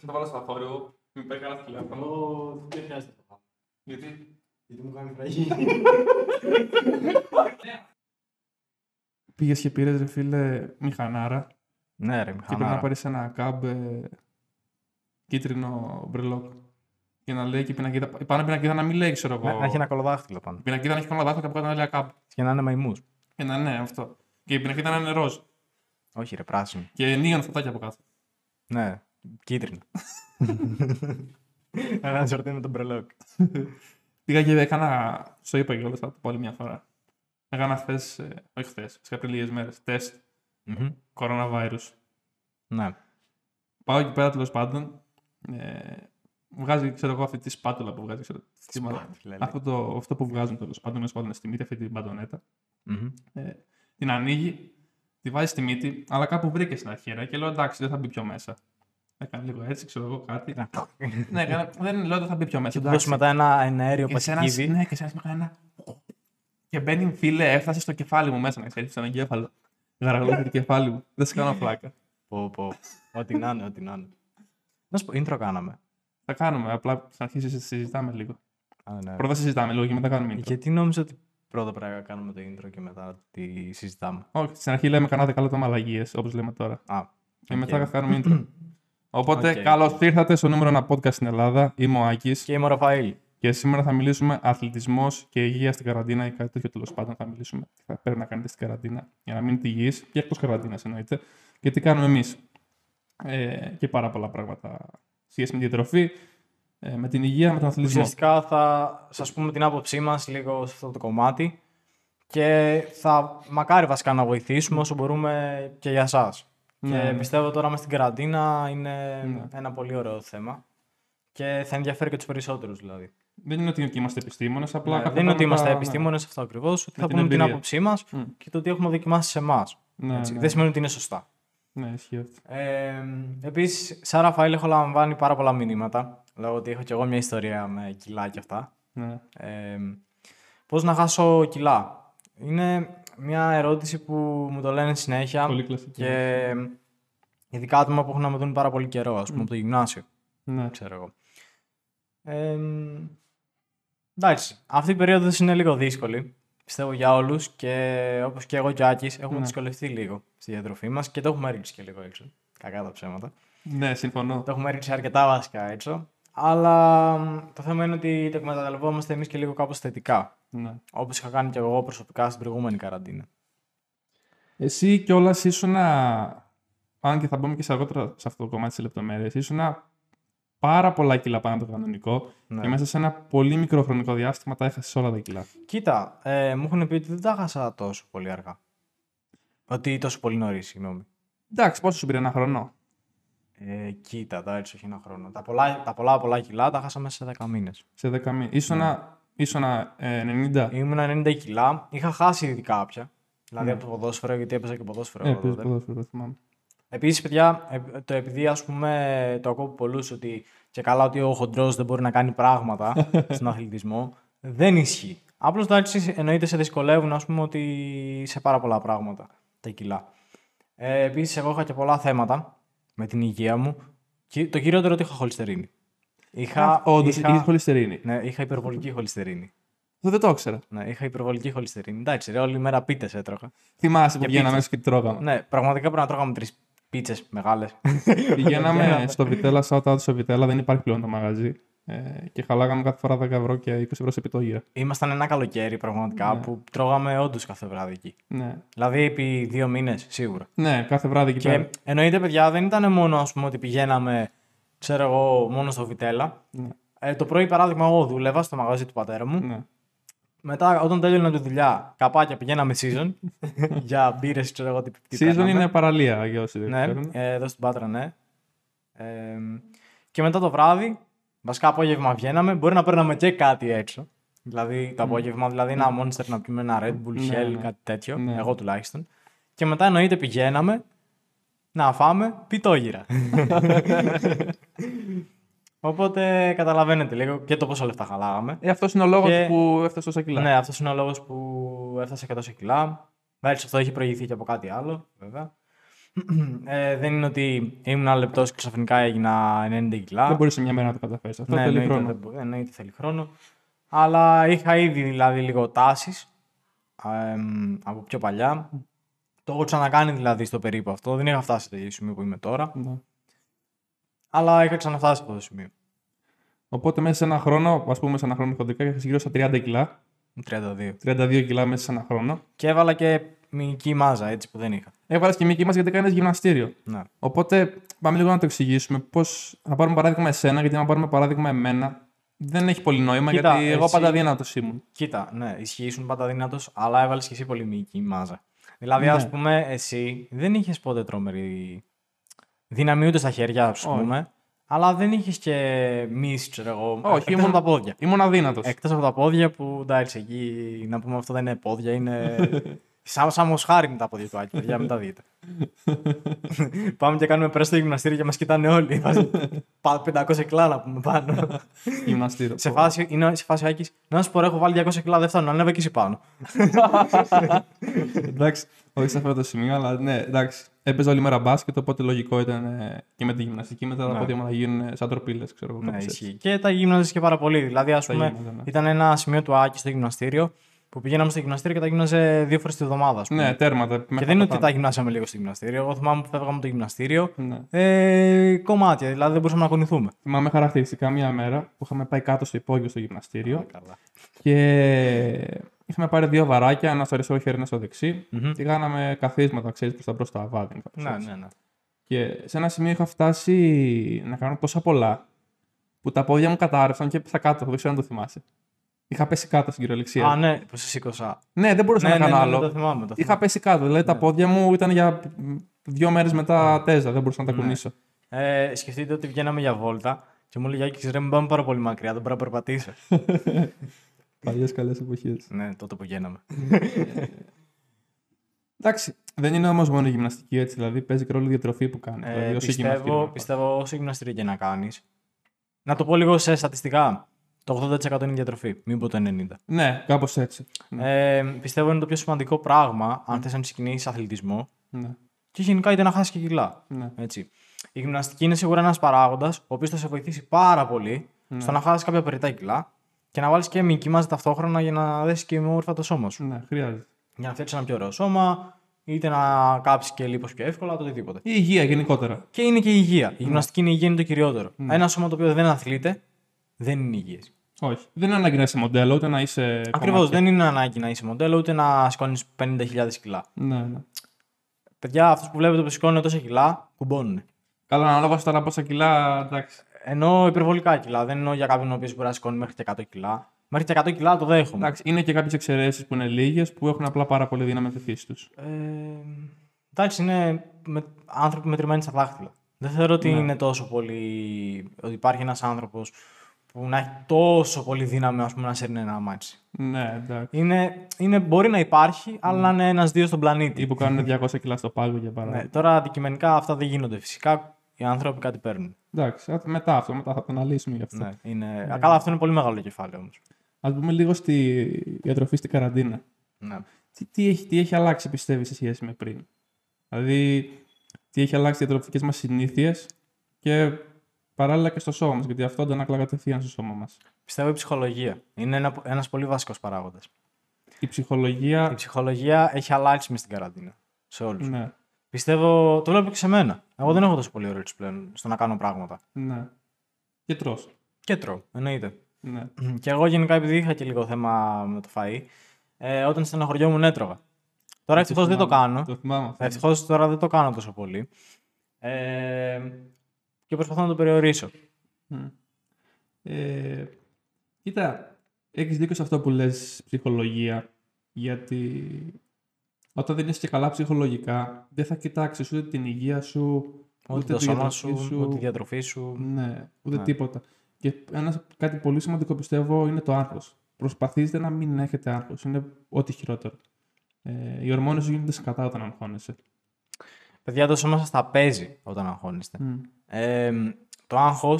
θα το βάλω στο αφόρο, μην παίρνει κανένα τηλέφωνο. Εγώ δεν χρειάζεται να το πάω. Γιατί. Γιατί μου κάνει φραγή. Πήγες και πήρες, ρε φίλε, μηχανάρα. Ναι, ρε, Και πρέπει να μηχανάρα. πάρεις ένα κάμπ ε, κίτρινο μπρελόκ. Για να λέει και η πινακίδα. Πάνω από την πινακίδα να μην λέει, ξέρω Ναι, εγώ. Να έχει ένα κολοδάχτυλο πάνω. Η πινακίδα να έχει κανένα δάχτυλο και από κάτω να λέει κάμπ. Και να είναι μαϊμούς. Και να ναι, αυτό. Και η πινακίδα να είναι ροζ. Όχι, ρε, πράσινο. Και νίον φωτάκια από κάτω. Ναι, κίτρινο. Ένα ζορτή με τον μπρελόκ. Πήγα και έκανα, στο είπα κιόλα, θα το πω άλλη μια φορά. Έκανα χθες, όχι χθες, φυσικά πριν λίγες μέρες, τεστ Μμμ. coronavirus. Ναι. Πάω εκεί πέρα τέλος πάντων. Ε, βγάζει, ξέρω εγώ, αυτή τη σπάτουλα που βγάζει. Ξέρω, σχήματα. σπάτουλα, λέει. αυτό, το, αυτό που βγάζουν τέλος πάντων, μέσα πάντων στη μύτη, αυτή την παντονέτα. Μμμ. Ε, την ανοίγει, τη βάζει στη μύτη, αλλά κάπου βρήκε στην αρχή. Και λέω εντάξει, δεν θα μπει πιο μέσα. Έκανε λίγο έτσι, ξέρω εγώ κάτι. Να το- ναι, έκανα- δεν λέω δεν θα μπει πιο μέσα. Ε, Και του εντάξει. δώσει μετά ένα αέριο Και σε ένας- πασικίδι. ναι, και σε ένας έκανε ένα. Και μπαίνει, φίλε, έφτασε στο κεφάλι μου μέσα να ξέρεις, στον εγκέφαλο. Γαραγλώθηκε το κεφάλι μου. Δεν σε κάνω φλάκα. Πω, πω. Ό,τι να είναι, ό,τι να είναι. Να σου πω, intro κάναμε. Θα κάνουμε, απλά θα αρχίσει να συζητάμε λίγο. Α, ναι. Πρώτα συζητάμε λίγο και μετά κάνουμε intro. Γιατί νόμιζα ότι πρώτα πρέπει να κάνουμε το intro και μετά τη συζητάμε. Όχι, στην αρχή λέμε κανένα δεκάλεπτο μαλαγίες, όπως λέμε τώρα. Α, Και οκ. μετά θα κάνουμε intro. Οπότε, Οκ. καλώς ήρθατε στο νούμερο ένα podcast στην Ελλάδα. Είμαι ο Άκης Και είμαι ο Ραφαήλ. και σήμερα θα μιλήσουμε αθλητισμός και υγεία στην καραντίνα ή κάτι τέτοιο τέλος πάντων. Θα μιλήσουμε τι θα πρέπει να κάνετε στην καραντίνα για να μείνετε υγιείς και εκτός καραντίνας εννοείται. Και τι κάνουμε εμείς. Ε, και πάρα πολλά πράγματα σχέση με τη διατροφή, ε, με την υγεία, με τον αθλητισμό. Ουσιαστικά θα σας πούμε την άποψή μας λίγο σε αυτό το κομμάτι και θα μακάρι βασικά να βοηθήσουμε όσο μπορούμε και για σας. Ναι, και ναι. πιστεύω τώρα μες στην καραντίνα είναι Ναι. ένα πολύ ωραίο θέμα και θα ενδιαφέρει και τους περισσότερους δηλαδή. Δεν είναι ότι είμαστε επιστήμονες, απλά Ναι, κάποια δεν είναι ότι πράγματα- είμαστε ναι. επιστήμονες αυτό ακριβώς, ότι Με θα την πούμε την εμπειρία. άποψή μας Μμ. και το τι έχουμε δοκιμάσει σε εμάς. Ναι, ναι. Δεν σημαίνει ότι είναι σωστά. Ναι, ισχύει αυτό. Ε, Επίση, σαν Ραφαήλ, έχω λαμβάνει πάρα πολλά μηνύματα. Λόγω ότι έχω κι εγώ μια ιστορία με κιλά και αυτά. Ναι. Ε, Πώς να χάσω κιλά. Είναι μια ερώτηση που μου το λένε συνέχεια. Πολύ κλασική. Και ε, ειδικά άτομα που έχουν να με δουν πάρα πολύ καιρό, ας πούμε, από το γυμνάσιο. Ναι. Ξέρω εγώ. Ε, εντάξει. Αυτή η περίοδος είναι λίγο δύσκολη. Πιστεύω για όλους και όπως και εγώ και ο Άκης έχουμε Ναι. δυσκολευτεί λίγο στη διατροφή μας και το έχουμε ρίξει και λίγο έξω. Κακά τα ψέματα. ναι, συμφωνώ. Το έχουμε ρίξει αρκετά βασικά έξω. Αλλά μ, το θέμα είναι ότι το εκμεταλλευόμαστε εμείς και λίγο κάπως θετικά. Ναι. Όπως είχα κάνει και εγώ προσωπικά στην προηγούμενη καραντίνα. Εσύ κιόλας ήσουν. Αν και θα μπούμε και σε αργότερα σε αυτό το κομμάτι της λεπτομέρειε, ήσουν πάρα πολλά κιλά πάνω από το κανονικό Ναι. και μέσα σε ένα πολύ μικρό χρονικό διάστημα τα έχασες όλα τα κιλά. Κοίτα, ε, μου έχουν πει ότι δεν τα χάσα τόσο πολύ αργά. Ότι τόσο πολύ νωρίς, συγγνώμη. Εντάξει, πόσο σου πήρε ένα χρόνο. Ε, κοίτα, τα έτσι, όχι ένα χρόνο. Τα πολλά, τα πολλά, πολλά κιλά τα χάσα μέσα σε 10 μήνες. Σε 10 μήνε. Ήσουνα, ήσουνα ε, 90. Ναι. Ήμουν 90 κιλά, είχα χάσει ήδη κάποια. Δηλαδή από το ποδόσφαιρο, γιατί έπαιζα και ποδόσφαιρο. Ε, εγώ πες τότε. ποδόσφαιρο, θυμάμαι. Επίσης, παιδιά, ε, το επειδή ας πούμε το ακούω από πολλούς ότι και καλά ότι ο χοντρός δεν μπορεί να κάνει πράγματα στον αθλητισμό, δεν ισχύει. Απλώς εντάξει, εννοείται σε δυσκολεύουν ας πούμε, ότι σε πάρα πολλά πράγματα τα κιλά. Ε, Επίσης, εγώ είχα και πολλά θέματα με την υγεία μου. Και το κυριότερο ότι είχα χολυστερίνη. Είχα, Όντως, είχα... είχε είχα, χολυστερίνη. ναι, είχα υπερβολική χολυστερίνη. Αυτό δεν το ήξερα. Ναι, είχα υπερβολική χολυστερίνη. Εντάξει, ρε, όλη μέρα πίτε έτρωγα. Θυμάσαι που Και πηγαίναμε πίτσες. μέσα και την τρώγαμε. Ναι, πραγματικά πρέπει να τρώγαμε τρεις πίτσες μεγάλες. Πηγαίναμε στο Βιτέλα, shout out στο Βιτέλα, δεν υπάρχει πλέον το μαγαζί. Ε, και χαλάγαμε κάθε φορά 10 ευρώ και 20 ευρώ σε επιτόγυρα. Ήμασταν ένα καλοκαίρι πραγματικά που τρώγαμε όντως κάθε βράδυ εκεί. Ναι. Δηλαδή επί δύο μήνες σίγουρα. ναι, κάθε βράδυ εκεί πέρα. Και εννοείται, παιδιά, δεν ήταν μόνο ας πούμε, ότι πηγαίναμε, ξέρω εγώ, μόνο στο Βιτέλα. Ναι. Ε, το πρωί, παράδειγμα, εγώ δούλευα στο μαγαζί του πατέρα μου. Ναι. Μετά, όταν τέλειωνα τη δουλειά, καπάκια πηγαίναμε season για μπύρες, ξέρω εγώ τι, τι Season παίρναμε. είναι παραλία για όσοι δεν Ναι, ξέρουν. ε, εδώ στην Πάτρα, ναι. Ε, και μετά το βράδυ, βασικά απόγευμα βγαίναμε, μπορεί να παίρναμε και κάτι έξω. Δηλαδή το απόγευμα, δηλαδή ένα Monster να πιούμε ένα Red Bull, Ναι, Shell, ναι. κάτι τέτοιο. Ναι. Εγώ τουλάχιστον. Και μετά εννοείται πηγαίναμε να φάμε πιτόγυρα. Οπότε καταλαβαίνετε λίγο και το πόσα λεφτά χαλάγαμε. Ε, αυτός είναι ο λόγος Και- που έφτασε τόσα κιλά. Ναι, αυτός είναι ο λόγος που έφτασε 100 κιλά. Εντάξει, αυτό έχει προηγηθεί και από κάτι άλλο, βέβαια. ε, δεν είναι ότι ήμουν λεπτό και ξαφνικά έγινα 90 κιλά. Δεν μπορείς σε μια μέρα να το καταφέρεις. Αυτό ναι, θέλει εννοείται, χρόνο. δεν μπο- εννοείται θέλει χρόνο. Αλλά είχα ήδη δηλαδή λίγο τάσεις από πιο παλιά. Το έχω ξανακάνει δηλαδή στο περίπου αυτό. Δεν είχα φτάσει στο ίδιο σημείο που είμαι τώρα. Ναι. Αλλά είχα ξαναφτάσει σε αυτό το σημείο. Οπότε μέσα σε ένα χρόνο, ας πούμε σε ένα χρόνο κοντικά, είχα γύρω στα 30 κιλά. 32. 32 κιλά μέσα σε ένα χρόνο. Και έβαλα και μυϊκή μάζα έτσι που δεν είχα. Έβαλε και μήκη μα γιατί κάνει γυμναστήριο. Ναι. Οπότε πάμε λίγο να το εξηγήσουμε. Πώς θα πάρουμε παράδειγμα εσένα, γιατί αν πάρουμε παράδειγμα εμένα, δεν έχει πολύ νόημα Κοίτα, γιατί εγώ εσύ- πάντα δύνατο ήμουν. Κοίτα, ναι, ισχύει, ήσουν πάντα δυνατό, αλλά έβαλες και εσύ πολύ μυϊκή μάζα. Δηλαδή, Ναι. ας πούμε, εσύ δεν είχες ποτέ τρομερή δύναμη ούτε στα χέρια, ας Όχι. πούμε, αλλά δεν είχες και μυς, ξέρω εγώ. Όχι, εκτός ήμουν- από τα πόδια. Ήμουν αδύνατος. Εκτός από τα πόδια που εντάξει, εκεί να πούμε αυτό δεν είναι πόδια, είναι. σαν, σαν μοσχάρι με τα πόδια του Άκη, παιδιά, μην τα δείτε. Πάμε και κάνουμε πρέστο στο γυμναστήριο και μας κοιτάνε όλοι. Βάζει πα- 500 κιλά να πούμε πάνω. Γυμναστήριο. σε φάση, είναι σε φάση ο Άκης, Να σου πω, ρε, έχω βάλει 200 κιλά, δεν φτάνω, ανέβα και εσύ πάνω. εντάξει, όχι σε αυτό το σημείο, αλλά ναι, εντάξει. Έπαιζα όλη μέρα μπάσκετ, οπότε λογικό ήταν ε, και με τη γυμναστική μετά τα Ναι. πόδια μου να γίνουν ε, σαν τροπίλες, ξέρω εγώ. ναι, κάπως έτσι. ισχύει. Και τα γύμναζες και πάρα πολύ. Δηλαδή, ας Τα πούμε, γύμναζα, ναι. ήταν ένα σημείο του Άκη στο γυμναστήριο που πηγαίναμε στο γυμναστήριο και τα γύμναζε δύο φορές τη βδομάδα. ας πούμε. Ναι, τέρματα. και δεν είναι ότι τα γυμνάσαμε λίγο στο γυμναστήριο. Εγώ θυμάμαι που φεύγαμε από το γυμναστήριο. Ναι. Ε, κομμάτια, δηλαδή δεν μπορούσαμε να κονηθούμε. Θυμάμαι χαρακτηριστικά μία μέρα που είχαμε πάει κάτω στο υπόγειο στο γυμναστήριο Καλά. και είχαμε πάρει δύο βαράκια, ένας στο αριστερό χέρι, ένας στο δεξι και κάναμε καθίσματα, ξέρεις, προς τα μπροστά, βάδιν. κάπως Ναι, έτσι. ναι, ναι. Και σε ένα σημείο είχα φτάσει να κάνω τόσα πολλά που τα πόδια μου κατάρρευσαν και έπεσα κάτω. Δεν ξέρω αν το θυμάσαι. Είχα πέσει κάτω στην κυριολεξία. Α, ναι, που σε σήκωσα. Ναι, δεν μπορούσα να Ναι, ναι, κάνω ναι, άλλο. το Ναι. θυμάμαι. Είχα Το θυμάμαι. πέσει κάτω. Δηλαδή τα πόδια μου ήταν για δύο μέρες μετά τέζα. Δεν μπορούσα να τα Ναι. κουνήσω. Ε, σκεφτείτε ότι βγαίναμε για βόλτα και μου λέει Άκης, ρε, μην πάμε πάρα πολύ μακριά, δεν μπορώ να περπατήσω. Παλιές καλές εποχές. ναι, τότε που βγαίναμε. Εντάξει. Δεν είναι όμως μόνο η γυμναστική έτσι. Δηλαδή παίζει και ρόλο η διατροφή που κάνει. Ε, δηλαδή, όσο πιστεύω, γυμναστήριο. πιστεύω όσο γυμναστήριο και να κάνεις. Να το πω λίγο σε στατιστικά. Το 80% είναι διατροφή, μην πω το 90%. Ναι, κάπως έτσι. Ναι. Ε, πιστεύω είναι το πιο σημαντικό πράγμα αν θες να ξεκινήσεις αθλητισμό ναι, και γενικά είτε να χάσεις και κιλά. ναι. Έτσι. Η γυμναστική είναι σίγουρα ένας παράγοντας ο οποίος θα σε βοηθήσει πάρα πολύ Ναι. στο να χάσεις κάποια περιτά κιλά και να βάλεις και μυϊκή μάζα ταυτόχρονα για να δέσεις και με όμορφα το σώμα σου. ναι, χρειάζεται. Για να φτιάξεις ένα πιο ωραίο σώμα, είτε να κάψεις και λίπος πιο εύκολα, το οτιδήποτε. Η υγεία γενικότερα. Και είναι και η υγεία. Η γυμναστική είναι η υγεία είναι το κυριότερο. Ένα σώμα το οποίο δεν αθλείται δεν είναι υγιές. Όχι. Δεν είναι ανάγκη να είσαι μοντέλο, ούτε να είσαι. Ακριβώς. κομμάτια. Δεν είναι ανάγκη να είσαι μοντέλο ούτε να σηκώνεις 50.000 κιλά. Ναι, ναι. Παιδιά, αυτούς που βλέπετε που σηκώνουν τόσα κιλά, κουμπώνουν. Καλά, ανάλογα στο τώρα πόσα κιλά, εντάξει. Εννοώ υπερβολικά κιλά. Δεν εννοώ για κάποιον ο οποίος μπορεί να σηκώνει μέχρι και 100 κιλά. Μέχρι και 100 κιλά το δέχομαι. εντάξει. Είναι και κάποιες εξαιρέσεις που είναι λίγες που έχουν απλά πάρα πολύ δύναμη από τη φύση τους. Ε, εντάξει, είναι με, άνθρωποι μετρημένοι στα δάχτυλα. Δεν θεωρώ ότι είναι τόσο πολύ. ότι υπάρχει ένας άνθρωπος που να έχει τόσο πολύ δύναμη ας πούμε, να σέρνει ένα μάτσι. Ναι, εντάξει. Είναι, είναι, μπορεί να υπάρχει, αλλά να είναι ένα-δύο στον πλανήτη. Ή που κάνουν 200 κιλά στο πάγο για παράδειγμα. Ναι, τώρα αντικειμενικά αυτά δεν γίνονται φυσικά. Οι άνθρωποι κάτι παίρνουν. Εντάξει, α- μετά αυτό, μετά θα το αναλύσουμε γι' αυτό. Ναι, είναι... Α, Καλά, αυτό είναι πολύ μεγάλο κεφάλαιο όμως. Ας πούμε λίγο στη διατροφή στην καραντίνα. Ναι. Τι, τι, έχει, τι έχει αλλάξει, πιστεύεις, σε σχέση με πριν. Δηλαδή, τι έχει αλλάξει οι διατροφικέ μας συνήθειες και παράλληλα και στο σώμα μας, γιατί αυτό αντανακλά κατευθείαν στο σώμα μας. Πιστεύω η ψυχολογία. Είναι ένα ένας πολύ βασικό παράγοντας. Η Η ψυχολογία. ψυχολογία έχει αλλάξει μες στην καραντίνα. Σε όλους. Ναι, Πιστεύω, το βλέπω και σε μένα. Εγώ δεν έχω τόσο πολύ όρεξη πλέον στο να κάνω πράγματα. ναι. Και τρως. Και τρώω, εννοείται. Ναι. Και εγώ γενικά, επειδή είχα και λίγο θέμα με το φαΐ, ε, όταν στεναχωριόμουν έτρωγα. Τώρα ευτυχώς δεν το θυμάμαι. κάνω. Το θυμάμαι αυτό. Ευτυχώς τώρα δεν το κάνω τόσο πολύ. Ε, και προσπαθώ να το περιορίσω. Μμ. Ε, κοίτα, έχεις δίκιο σε αυτό που λες ψυχολογία, γιατί όταν δεν είσαι και καλά ψυχολογικά, δεν θα κοιτάξεις ούτε την υγεία σου, ούτε, Ούτε το τη σώμα διατροφή σου, ούτε τη διατροφή σου. ναι, ούτε Ναι. τίποτα. Και ένας κάτι πολύ σημαντικό πιστεύω είναι το άγχος. Προσπαθήστε να μην έχετε άγχος, είναι ό,τι χειρότερο. Ε, οι ορμόνες σου γίνονται σκατά όταν αγχώνεσαι. Παιδιά, το σώμα σας τα παίζει όταν αγχώνεστε. Μμ, Ε, το άγχο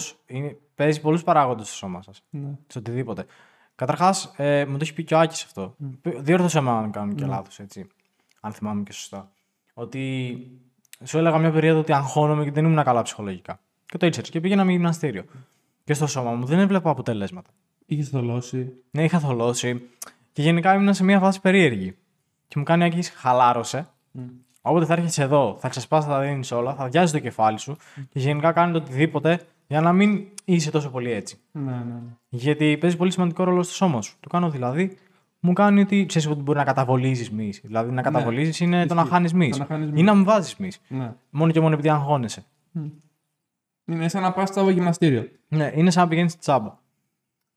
παίζει πολλούς παράγοντες στο σώμα σας. ναι. σε οτιδήποτε. Καταρχάς, ε, μου το έχει πει και ο Άκης αυτό. Mm. Διόρθωσα με αν κάνω και λάθος, έτσι. Αν θυμάμαι και σωστά. Ότι Σου έλεγα μια περίοδο ότι αγχώνομαι και δεν ήμουν καλά ψυχολογικά. Και το ήξερε. Και πήγαινα με γυμναστήριο. Και στο σώμα μου δεν έβλεπα αποτελέσματα. Είχες θολώσει. Ναι, είχα θολώσει. Και γενικά ήμουν σε μια φάση περίεργη. Και μου κάνει ο Άκης, χαλάρωσε. Όποτε θα έρχεσαι εδώ, θα ξεσπάσει, θα δίνεις όλα, θα διάζει το κεφάλι σου και γενικά κάνεις το οτιδήποτε για να μην είσαι τόσο πολύ έτσι. Ναι, ναι. ναι. Γιατί παίζει πολύ σημαντικό ρόλο στο σώμα σου. Το κάνω δηλαδή, μου κάνει ότι ξέρεις ότι μπορεί να καταβολίζεις μυς. Δηλαδή, να καταβολίζεις είναι το να Ναι. Ισχύει. χάνεις μυς. Το να χάνεις μυς. Ή να μην βάζεις μυς. ναι. Μόνο και μόνο επειδή αγχώνεσαι. Είναι σαν να πας στο γυμναστήριο. Ναι, είναι σαν να πηγαίνεις τσάμπα.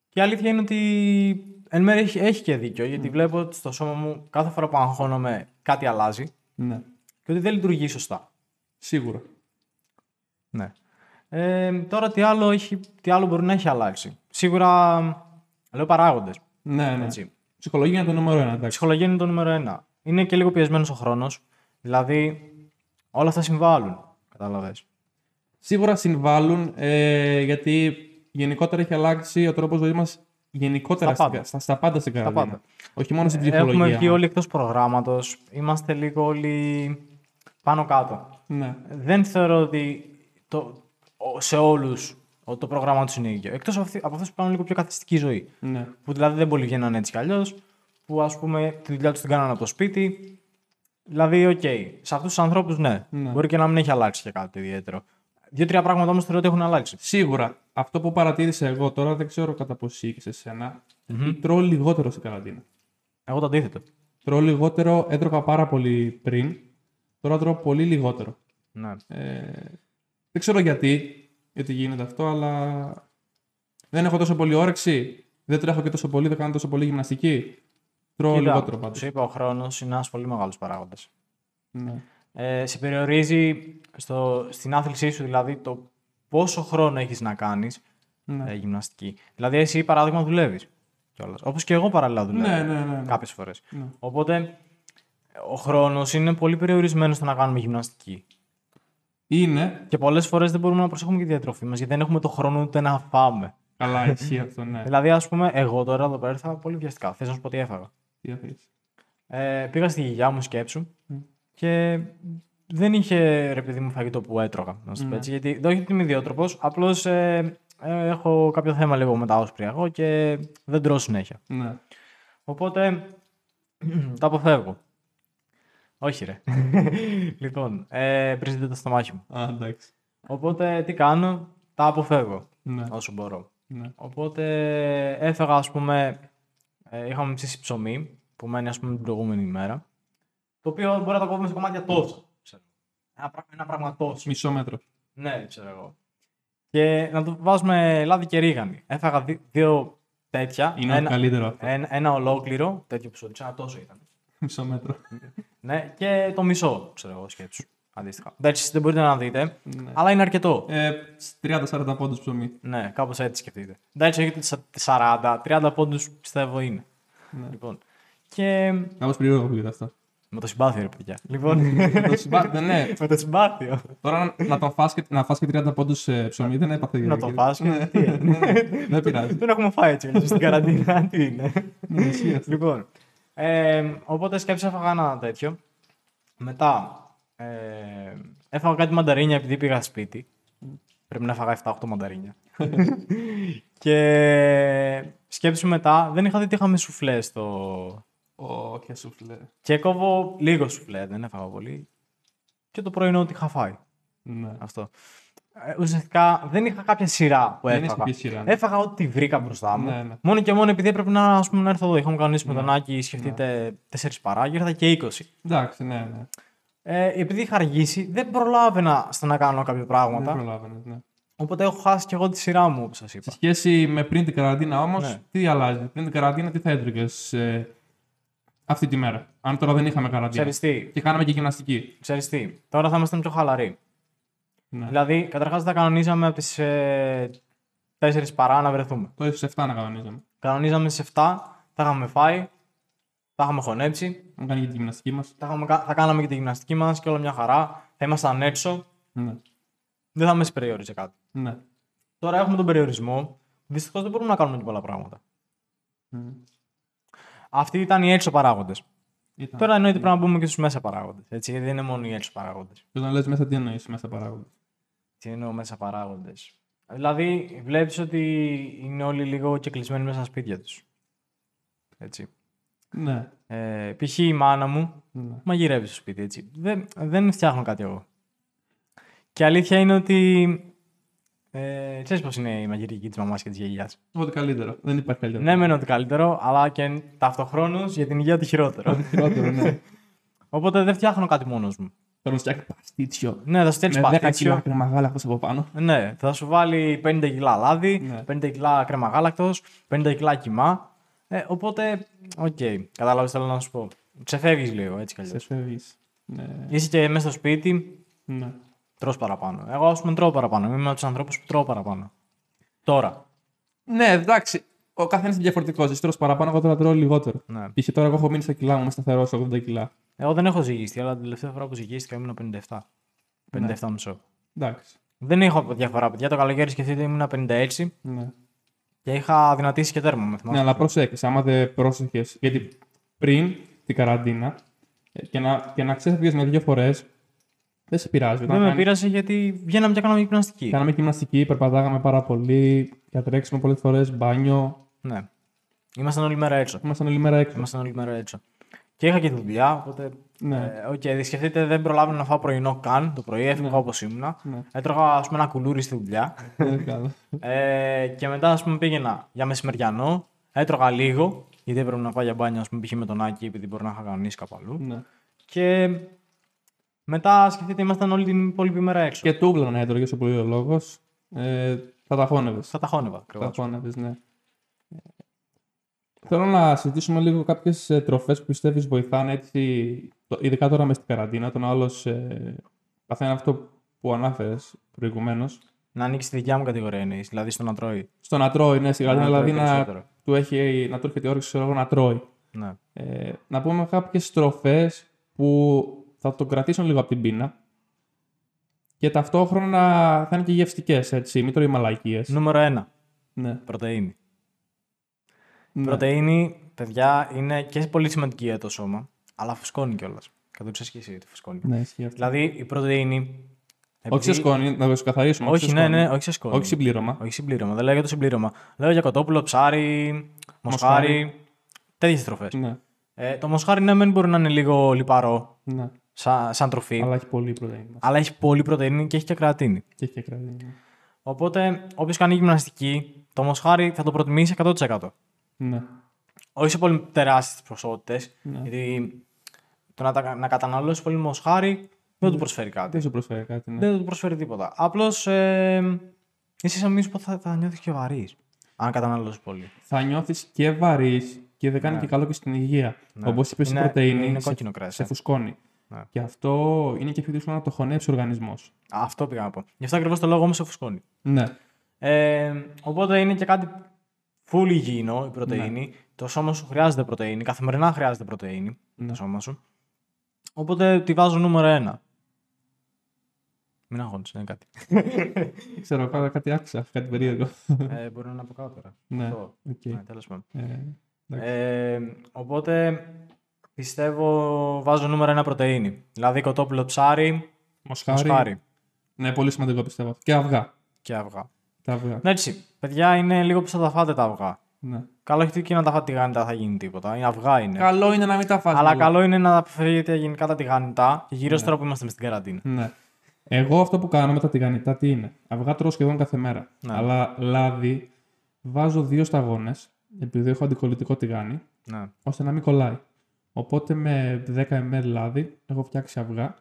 Και η αλήθεια είναι ότι εν μέρει έχει, έχει και δίκιο, γιατί βλέπω ότι στο σώμα μου κάθε φορά που αγχώνομαι κάτι αλλάζει Ναι. και ότι δεν λειτουργεί σωστά. Σίγουρα. Ναι. Ε, τώρα τι άλλο, έχει, τι άλλο μπορεί να έχει αλλάξει. Σίγουρα λέω παράγοντες. Ναι, ναι. Έτσι. Ψυχολογία είναι το νούμερο ένα. Εντάξει. Ψυχολογία είναι το νούμερο ένα. Είναι και λίγο πιεσμένος ο χρόνος. Δηλαδή, όλα αυτά συμβάλλουν. Κατάλαβε. Σίγουρα συμβάλλουν ε, γιατί γενικότερα έχει αλλάξει ο τρόπος ζωής μας γενικότερα Στα στην- πάντα. στα, στα πάντα στην καραντίνα. πάντα. Ε, Όχι μόνο στην ψυχολογία. ναι. Έχουμε βγει όλοι εκτός προγράμματος. Είμαστε λίγο όλοι πάνω κάτω. Ναι. Δεν θεωρώ ότι το, ο- σε όλους το πρόγραμμα τους είναι ίδιο. Εκτός από αυτούς που πάνε λίγο πιο καθιστική ζωή. ναι. που δηλαδή δεν πολύ βγαίνανε έτσι κι αλλιώς, που ας πούμε τη δουλειά τους την κάνανε από το σπίτι. Δηλαδή, οκ, σε αυτούς τους ανθρώπους ναι, Ναι. μπορεί και να μην έχει αλλάξει και κάτι ιδιαίτερο. Δύο-τρία πράγματα όμως θεωρώ ότι έχουν αλλάξει. Σίγουρα. Αυτό που παρατήρησα εγώ τώρα δεν ξέρω κατά πόσο ισχύει και σε σενα Τρώω λιγότερο στην καραντίνα. Εγώ το αντίθετο. Τρώω λιγότερο, έτρωγα πάρα πολύ πριν. Τώρα τρώω πολύ λιγότερο. Ε, Ναι. Δεν ξέρω γιατί, γιατί γίνεται αυτό, αλλά δεν έχω τόσο πολύ όρεξη. Δεν τρέχω και τόσο πολύ, δεν κάνω τόσο πολύ γυμναστική. Τρώω λιγότερο πάντως. Σου είπα, ο χρόνος είναι ένας πολύ μεγάλος παράγοντας. Ναι. Ε, σε περιορίζει στο, στην άθλησή σου, δηλαδή το πόσο χρόνο έχεις να κάνεις Ναι. ε, γυμναστική. Δηλαδή, εσύ παράδειγμα δουλεύεις κιόλας. Όπως και εγώ παραλληλά δουλεύω. Ναι, ναι, ναι, ναι. Κάποιες φορές. Ναι. Οπότε ο χρόνος είναι πολύ περιορισμένος στο να κάνουμε γυμναστική. Είναι. Και πολλές φορές δεν μπορούμε να προσέχουμε και τη διατροφή μας γιατί δεν έχουμε το χρόνο ούτε να Ναι. φάμε. Καλά, ισχύει αυτό, ναι. Δηλαδή, ας πούμε, εγώ τώρα εδώ πέρα ήρθα πολύ βιαστικά. Θες να σου πω τι έφαγα. Τι αφήσεις. Ε, πήγα στη γιαγιά μου, σκέψου, και δεν είχε ρε παιδί μου φαγητό που έτρωγα. Να σου πω έτσι. Γιατί δεν όχι ότι είμαι ιδιότροπος, απλώς ε, ε, έχω κάποιο θέμα λίγο με τα όσπρια εγώ και δεν τρώω συνέχεια. Ναι. Οπότε τα αποφεύγω. Όχι ρε. λοιπόν, ε, πρίζεται το στομάχι μου. Α, εντάξει. Οπότε τι κάνω, τα αποφεύγω Ναι. όσο μπορώ. ναι. Οπότε έφεγα ας πούμε, ε, είχαμε ψήσει ψωμί που μένει ας πούμε την προηγούμενη ημέρα. Το οποίο μπορεί να το κόβουμε σε κομμάτια τόσο. ξέρω. Ένα, πράγμα- ένα πράγμα τόσο. Μισό μέτρο. Ναι, ξέρω εγώ. Και να το βάζουμε λάδι και ρίγανη. Έφαγα δι- δύο τέτοια. Είναι ένα, καλύτερο αυτό. ένα, ένα ολόκληρο τέτοιο ψωμί, ένα τόσο ήταν. Μισό μέτρο. Ναι, και το μισό, ξέρω εγώ, σκέψου. Αντίστοιχα. Εντάξει, δεν μπορείτε να δείτε, Ναι. αλλά είναι αρκετό. Ε, 30-40 πόντους ψωμί. Ναι, κάπως έτσι σκεφτείτε. Εντάξει, έχετε τσα- 40, 30 πόντους πιστεύω είναι. Λοιπόν. Και Κάπως περίεργο που γίνεται αυτό. με το συμπάθειο, ρε παιδιά. Λοιπόν, Το συμπάθειο, ναι. με το συμπάθειο. Τώρα να τον φας και, να φας και 30 πόντους ε, ψωμί δεν έπαθε. ε, να το φας και τι είναι. Δεν πειράζει. Δεν έχουμε φάει έτσι αλλιώς στην καραντίνα. Τι είναι. Ναι, ισχύει αυτό. λοιπόν, ε, οπότε σκέψα έφαγα ένα τέτοιο. Μετά ε, έφαγα κάτι μανταρίνια επειδή πήγα σπίτι. Πρέπει να έφαγα 7-8 μανταρίνια. και σκέψου μετά, δεν είχα δει τι είχαμε σουφλές στο... Όχι, σουφλέ. Και κόβω λίγο σουφλέ, δεν έφαγα πολύ. Και το πρωινό ότι είχα φάει. Ναι. Αυτό. Ε, ουσιαστικά δεν είχα κάποια σειρά που Δεν είσαι έφαγα. ποια σειρά, ναι. Έφαγα ό,τι βρήκα μπροστά μου. Ναι, ναι. Μόνο και μόνο επειδή έπρεπε να, ας πούμε, να έρθω εδώ. Είχαμε κανονίσει με τον Άκη, σκεφτείτε 4 παρά και ήρθα και 20. Εντάξει, ναι, ναι. Ε, επειδή είχα αργήσει, δεν προλάβαινα στο να κάνω κάποια πράγματα. Δεν προλάβαινε. Ναι. Οπότε έχω χάσει και εγώ τη σειρά μου, όπως σας Σε είπα. σχέση με πριν την καραντίνα όμως, Ναι. τι αλλάζει. Πριν την καραντίνα, τι θα έτρωγες ε, αυτή τη μέρα. Αν τώρα δεν είχαμε καραντίνα. Ξέρεις τι, Και κάναμε και γυμναστική. ξέρεις τι. Τώρα θα ήμασταν πιο χαλαροί. Ναι. Δηλαδή, καταρχάς θα κανονίζαμε από τις 4 παρά να βρεθούμε. Το ίσως 7 να κανονίζαμε. Κανονίζαμε στις 7, τα είχαμε φάει, τα είχαμε χωνέψει, Αν κάνει και τη γυμναστική μας. τα είχαμε, κα- θα κάναμε και τη γυμναστική μας και όλα μια χαρά. Θα ήμασταν έξω, Ναι. δεν θα με περιόριζε κάτι. ναι. Τώρα έχουμε τον περιορισμό. Δυστυχώς δεν μπορούμε να κάνουμε και πολλά πράγματα. Αυτοί ήταν οι έξω παράγοντες. Ήταν. Τώρα εννοείται πρέπει να μπούμε και στους μέσα παράγοντες. Έτσι, γιατί δεν είναι μόνο οι έξω παράγοντες. Όταν λες μέσα, τι εννοείς μέσα παράγοντα. Τι εννοώ μέσα παράγοντες. Δηλαδή, βλέπεις ότι είναι όλοι λίγο κεκλεισμένοι μέσα στα σπίτια τους. Έτσι. Ναι. Ε, π.χ. η μάνα μου ναι. μαγειρεύει στο σπίτι, έτσι. Δεν, δεν φτιάχνω κάτι εγώ. Και αλήθεια είναι ότι. Ε, ξέρεις πώς είναι η μαγειρική της μαμάς και της γιαγιάς. Ό,τι καλύτερο. Δεν υπάρχει καλύτερο. Ναι, μεν ότι καλύτερο, αλλά και ταυτοχρόνως για την υγεία ότι χειρότερο. Χειρότερο, ναι. Οπότε δεν φτιάχνω κάτι μόνος μου. Θέλω να φτιάξει παστίτσιο. Ναι, θα σου στέλνει Με 10 παστίτσιο. κιλά κρεμαγάλακτος από πάνω. Ναι, θα σου βάλει 50 κιλά λάδι, Ναι. 50 κιλά κρέμα γάλακτος, 50 κιλά κιμά. Ε, οπότε, οκ, κατάλαβες θέλω να σου πω. Ξεφεύγεις λίγο, έτσι κι Σε αλλιώς. φεύγεις. Ναι. Είσαι και μέσα στο σπίτι, ναι. τρως παραπάνω. Εγώ, ας πούμε, τρώω παραπάνω. Είμαι από τους ανθρώπους που τρώω παραπάνω. Τώρα. Ναι, εντάξει. Ο καθένας είναι διαφορετικός. Εσύ τρως παραπάνω, εγώ τώρα τρώω λιγότερο. Ναι. Π.χ. τώρα εγώ έχω μείνει στα κιλά μου, είμαι σταθερός 80 κιλά. Εγώ δεν έχω ζυγιστεί, αλλά την τελευταία φορά που ζυγίστηκα ήμουν Ναι. 57. 57 μισό. Εντάξει. Δεν έχω διαφορά, παιδιά. Το καλοκαίρι σκεφτείτε ήμουν 56 Ναι. και είχα δυνατήσει και τέρμα με Ναι, θυμάσαι. αλλά προσέξε, άμα δεν πρόσεχες. Γιατί πριν την καραντίνα ε, και να, και να ξέφευγε με δύο φορές, δεν σε πειράζει. Δεν Όταν με κάνεις- πείρασε γιατί βγαίναμε και κάναμε γυμναστική. Κάναμε γυμναστική, περπατάγαμε πάρα πολύ, διατρέξαμε πολλές φορές, μπάνιο. Ναι. Ήμασταν όλη μέρα έξω. Ήμασταν όλη μέρα έξω. Ήμασταν όλη μέρα έξω. Και είχα και δουλειά, οπότε. Ναι. ε, Οκ, ε, σκεφτείτε, δεν προλάβαινα να φάω πρωινό καν το πρωί, έφυγα όπως ήμουνα. Ναι. Έτρωγα, ας πούμε, ένα κουλούρι στη δουλειά. Δεν κάνω. Ε, και μετά, ας πούμε, πήγαινα για μεσημεριανό, έτρωγα λίγο, γιατί έπρεπε να πάω για μπάνιο, ας πούμε, π.χ. με τον Άκη, επειδή μπορεί να είχα κανονίσει κάπου αλλού. Ναι. Και μετά, σκεφτείτε, ήμασταν όλη την υπόλοιπη μέρα έξω. Και... Και τούβλα να έτρωγε ο πολύ ο λόγος. Ε, θα τα χώνευες. Θα τα χώνευα, ακριβώ. Τα φώναζες, ναι. Ε, Θέλω να συζητήσουμε λίγο κάποιες τροφές που πιστεύεις βοηθάνε έτσι, το- ειδικά τώρα μες στην καραντίνα, τον άλλο ε, παθαίνει αυτό που ανάφερες προηγουμένως. Να ανήκει στη δικιά μου κατηγορία εννοείς, δηλαδή στο να τρώει. Στο να τρώει, ναι, στην καραντίνα, Να τρώει δηλαδή να περισσότερο. του, έχει, να του έρχεται η όρεξη ξέρω εγώ, να τρώει. Ναι. Ε, να πούμε κάποιες τροφές που θα τον κρατήσουν λίγο από την πείνα και ταυτόχρονα θα είναι και γευστικές, έτσι. Μην τρώει μαλακίες. Νούμερο 1. Ναι. Πρωτενη. Ναι. Πρωτενη, παιδιά, είναι και πολύ σημαντική για το σώμα, αλλά φουσκώνει κιόλας. Κατά το και εσύ ότι φουσκώνει. Ναι, ισχύει αυτό. Δηλαδή, η πρωτενη. Όχι σε επειδή- σκόνη, να το ξεκαθαρίσουμε. Όχι, σε ναι, σκόνη. ναι, όχι σε σκόνη. Όχι συμπλήρωμα. Όχι συμπλήρωμα, δεν λέω για το συμπλήρωμα. Λέω για κοτόπουλο, ψάρι, μοσχάρι. Τέτοιες τροφές. Ναι, Ε, το μοσχάρι, ναι, μεν μπορεί να είναι λίγο λιπαρό, ναι. σαν, σαν τροφή, αλλά... Αλλά έχει πολύ πρωτενη. έχει πολύ πρωτενη και έχει και κρατίνη. Και έχει και κρατή. Οπότε, όποιος κάνει γυμναστική, το μοσχάρι θα το προτιμήσει 100%. Ναι. Όχι σε πολύ τεράστιες ποσότητες, Ναι. γιατί το να, τα, να καταναλώσει πολύ μοσχάρι δεν του προσφέρει κάτι. Δεν σου προσφέρει κάτι. Ναι. Δεν του προσφέρει τίποτα. Απλώς ε, είσαι σαν μίσο που θα, θα νιώθεις και βαρύς. Αν καταναλώσεις πολύ. Θα νιώθεις και βαρύς και δεν κάνει και καλό και στην υγεία. Ναι. Όπως είπες, η Είναι- πρωτενη είναι σε- κόκκινο κρασί, σε ε. φουσκώνει. Ναι. Και αυτό είναι και πιο δύσκολο να το χωνέψει ο οργανισμός. Αυτό πήγα να πω. Γι' αυτό ακριβώς το λόγο όμως σε φουσκώνει. Ναι. Ε, οπότε είναι και κάτι full υγιεινό η πρωτενη. Το σώμα σου χρειάζεται πρωτενη. Καθημερινά χρειάζεται πρωτενη Ναι. το σώμα σου. Οπότε τη βάζω νούμερο ένα. Μην αγχώνεσαι, είναι κάτι. Δεν ξέρω, πάρα κάτι άκουσα, κάτι περίεργο. ε, μπορεί να είναι από κάτω τώρα. ναι. Αυτό. οκ. Ναι, τέλος πάντων. Ε, εντάξει. Ε, οπότε πιστεύω βάζω νούμερο ένα πρωτεΐνη. Δηλαδή κοτόπουλο ψάρι, Μοσχάρι. μοσχάρι Ναι, πολύ σημαντικό πιστεύω. αυτό. Και αυγά. και αυγά. Τα αυγά. Ναι, έτσι, παιδιά είναι λίγο που θα τα φάτε τα αυγά. Ναι. Καλό έχει και να τα φάτε τηγάνιτα θα γίνει τίποτα. Είναι αυγά είναι. Καλό είναι να μην τα φας. Αλλά όλα. καλό είναι να τα αποφεύγετε γενικά τα τηγάνιτα και κυρίω τώρα που είμαστε μες στην καραντίνα. Ναι. Εγώ αυτό που κάνω με τα τηγανιτά τι είναι. Αυγά τρώω σχεδόν κάθε μέρα. Ναι. Αλλά λάδι βάζω δύο σταγόνες, επειδή έχω αντικολλητικό τηγάνι, Ναι. ώστε να μην κολλάει. Οπότε με 10 ml λάδι έχω φτιάξει αυγά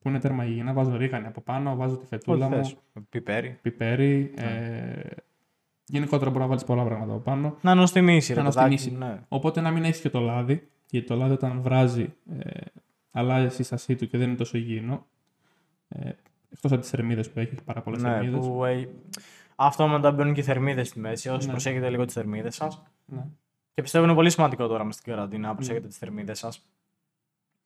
που είναι τέρμα υγιεινά. Βάζω ρίγανη από πάνω, βάζω τη φετούλα Ό,τι μου, θες. Ναι. Πιπέρι. πιπέρι. Ε, γενικότερα μπορώ να βάλεις πολλά πράγματα από πάνω. Να νοστιμήσει, ρε Να παιδάκι μου, νοστιμήσει. Ναι. Οπότε να μην έχεις και το λάδι, γιατί το λάδι όταν βράζει ε, αλλάζει η σύστασή του και δεν είναι τόσο υγιεινό. Ε, Εκτός από τις θερμίδες που έχεις, έχει πάρα πολλές Ναι, θερμίδες. που, ε, αυτό μετά μπαίνουν και θερμίδες στη μέση. Όσοι Ναι. προσέχετε λίγο τις θερμίδες σας. Ναι. Και πιστεύω είναι πολύ σημαντικό τώρα μες στην καραντίνα να προσέχετε τι θερμίδε σα.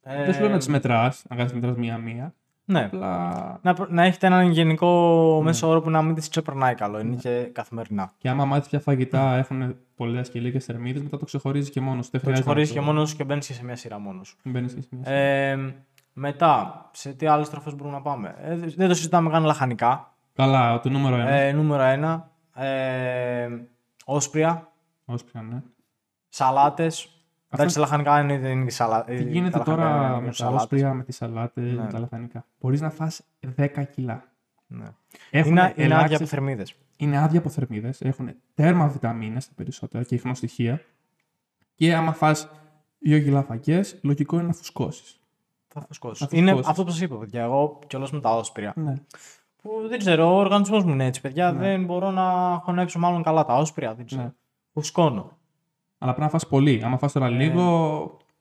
Δεν σου λέω να τι μετράς, να κάνεις μετράς μία-μία. Ε, Ναι. Απλά. Να, προ- να έχετε έναν γενικό μέσο όρο που να μην τις ξεπερνάει καλό. Είναι και καθημερινά. Και άμα μάθει ποια φαγητά έχουν πολλές και λίγες θερμίδες, μετά το ξεχωρίζεις και μόνος. Το ξεχωρίζει και μόνος και μπαίνεις και σε μια σειρά μόνος. Μπαίνεις και σε μια σειρά. Ε, μετά, σε τι άλλες τροφέ μπορούμε να πάμε. Ε, δε- δεν το συζητάμε καν λαχανικά. Καλά, το νούμερο ένα. Ε, νούμερο ένα. Ε, όσπρια, Όσο πια, ναι. σαλάτες. Εντάξει, λαχανικά είναι, δεν είναι η σαλά- Τι ε, γίνεται τα λαχανικά είναι τώρα με τα σαλάτες. όσπρια, με τις σαλάτες, Ναι. με τα λαχανικά. Μπορείς να φας 10 κιλά. Ναι. Έχουν Είναι, είναι άδεια από ελάχιστες- θερμίδες. είναι άδεια από θερμίδες, έχουν τέρμα βιταμίνες τα περισσότερα και ίχνο στοιχεία. Και άμα φας δύο κιλά φακές, λογικό είναι να φουσκώσεις. Θα φουσκώσει. Θα Είναι φουσκώσεις. αυτό που σας είπα, παιδιά. Εγώ κιόλας με τα όσπρια. Ναι. Που δεν ξέρω, ο οργανισμός μου είναι έτσι, παιδιά. Δεν μπορώ να χωνέψω μάλλον καλά τα όσπρια. Δεν ξέρω. Ναι. Φουσκώνω. Αλλά πρέπει να φας πολύ. Άμα φας τώρα λίγο,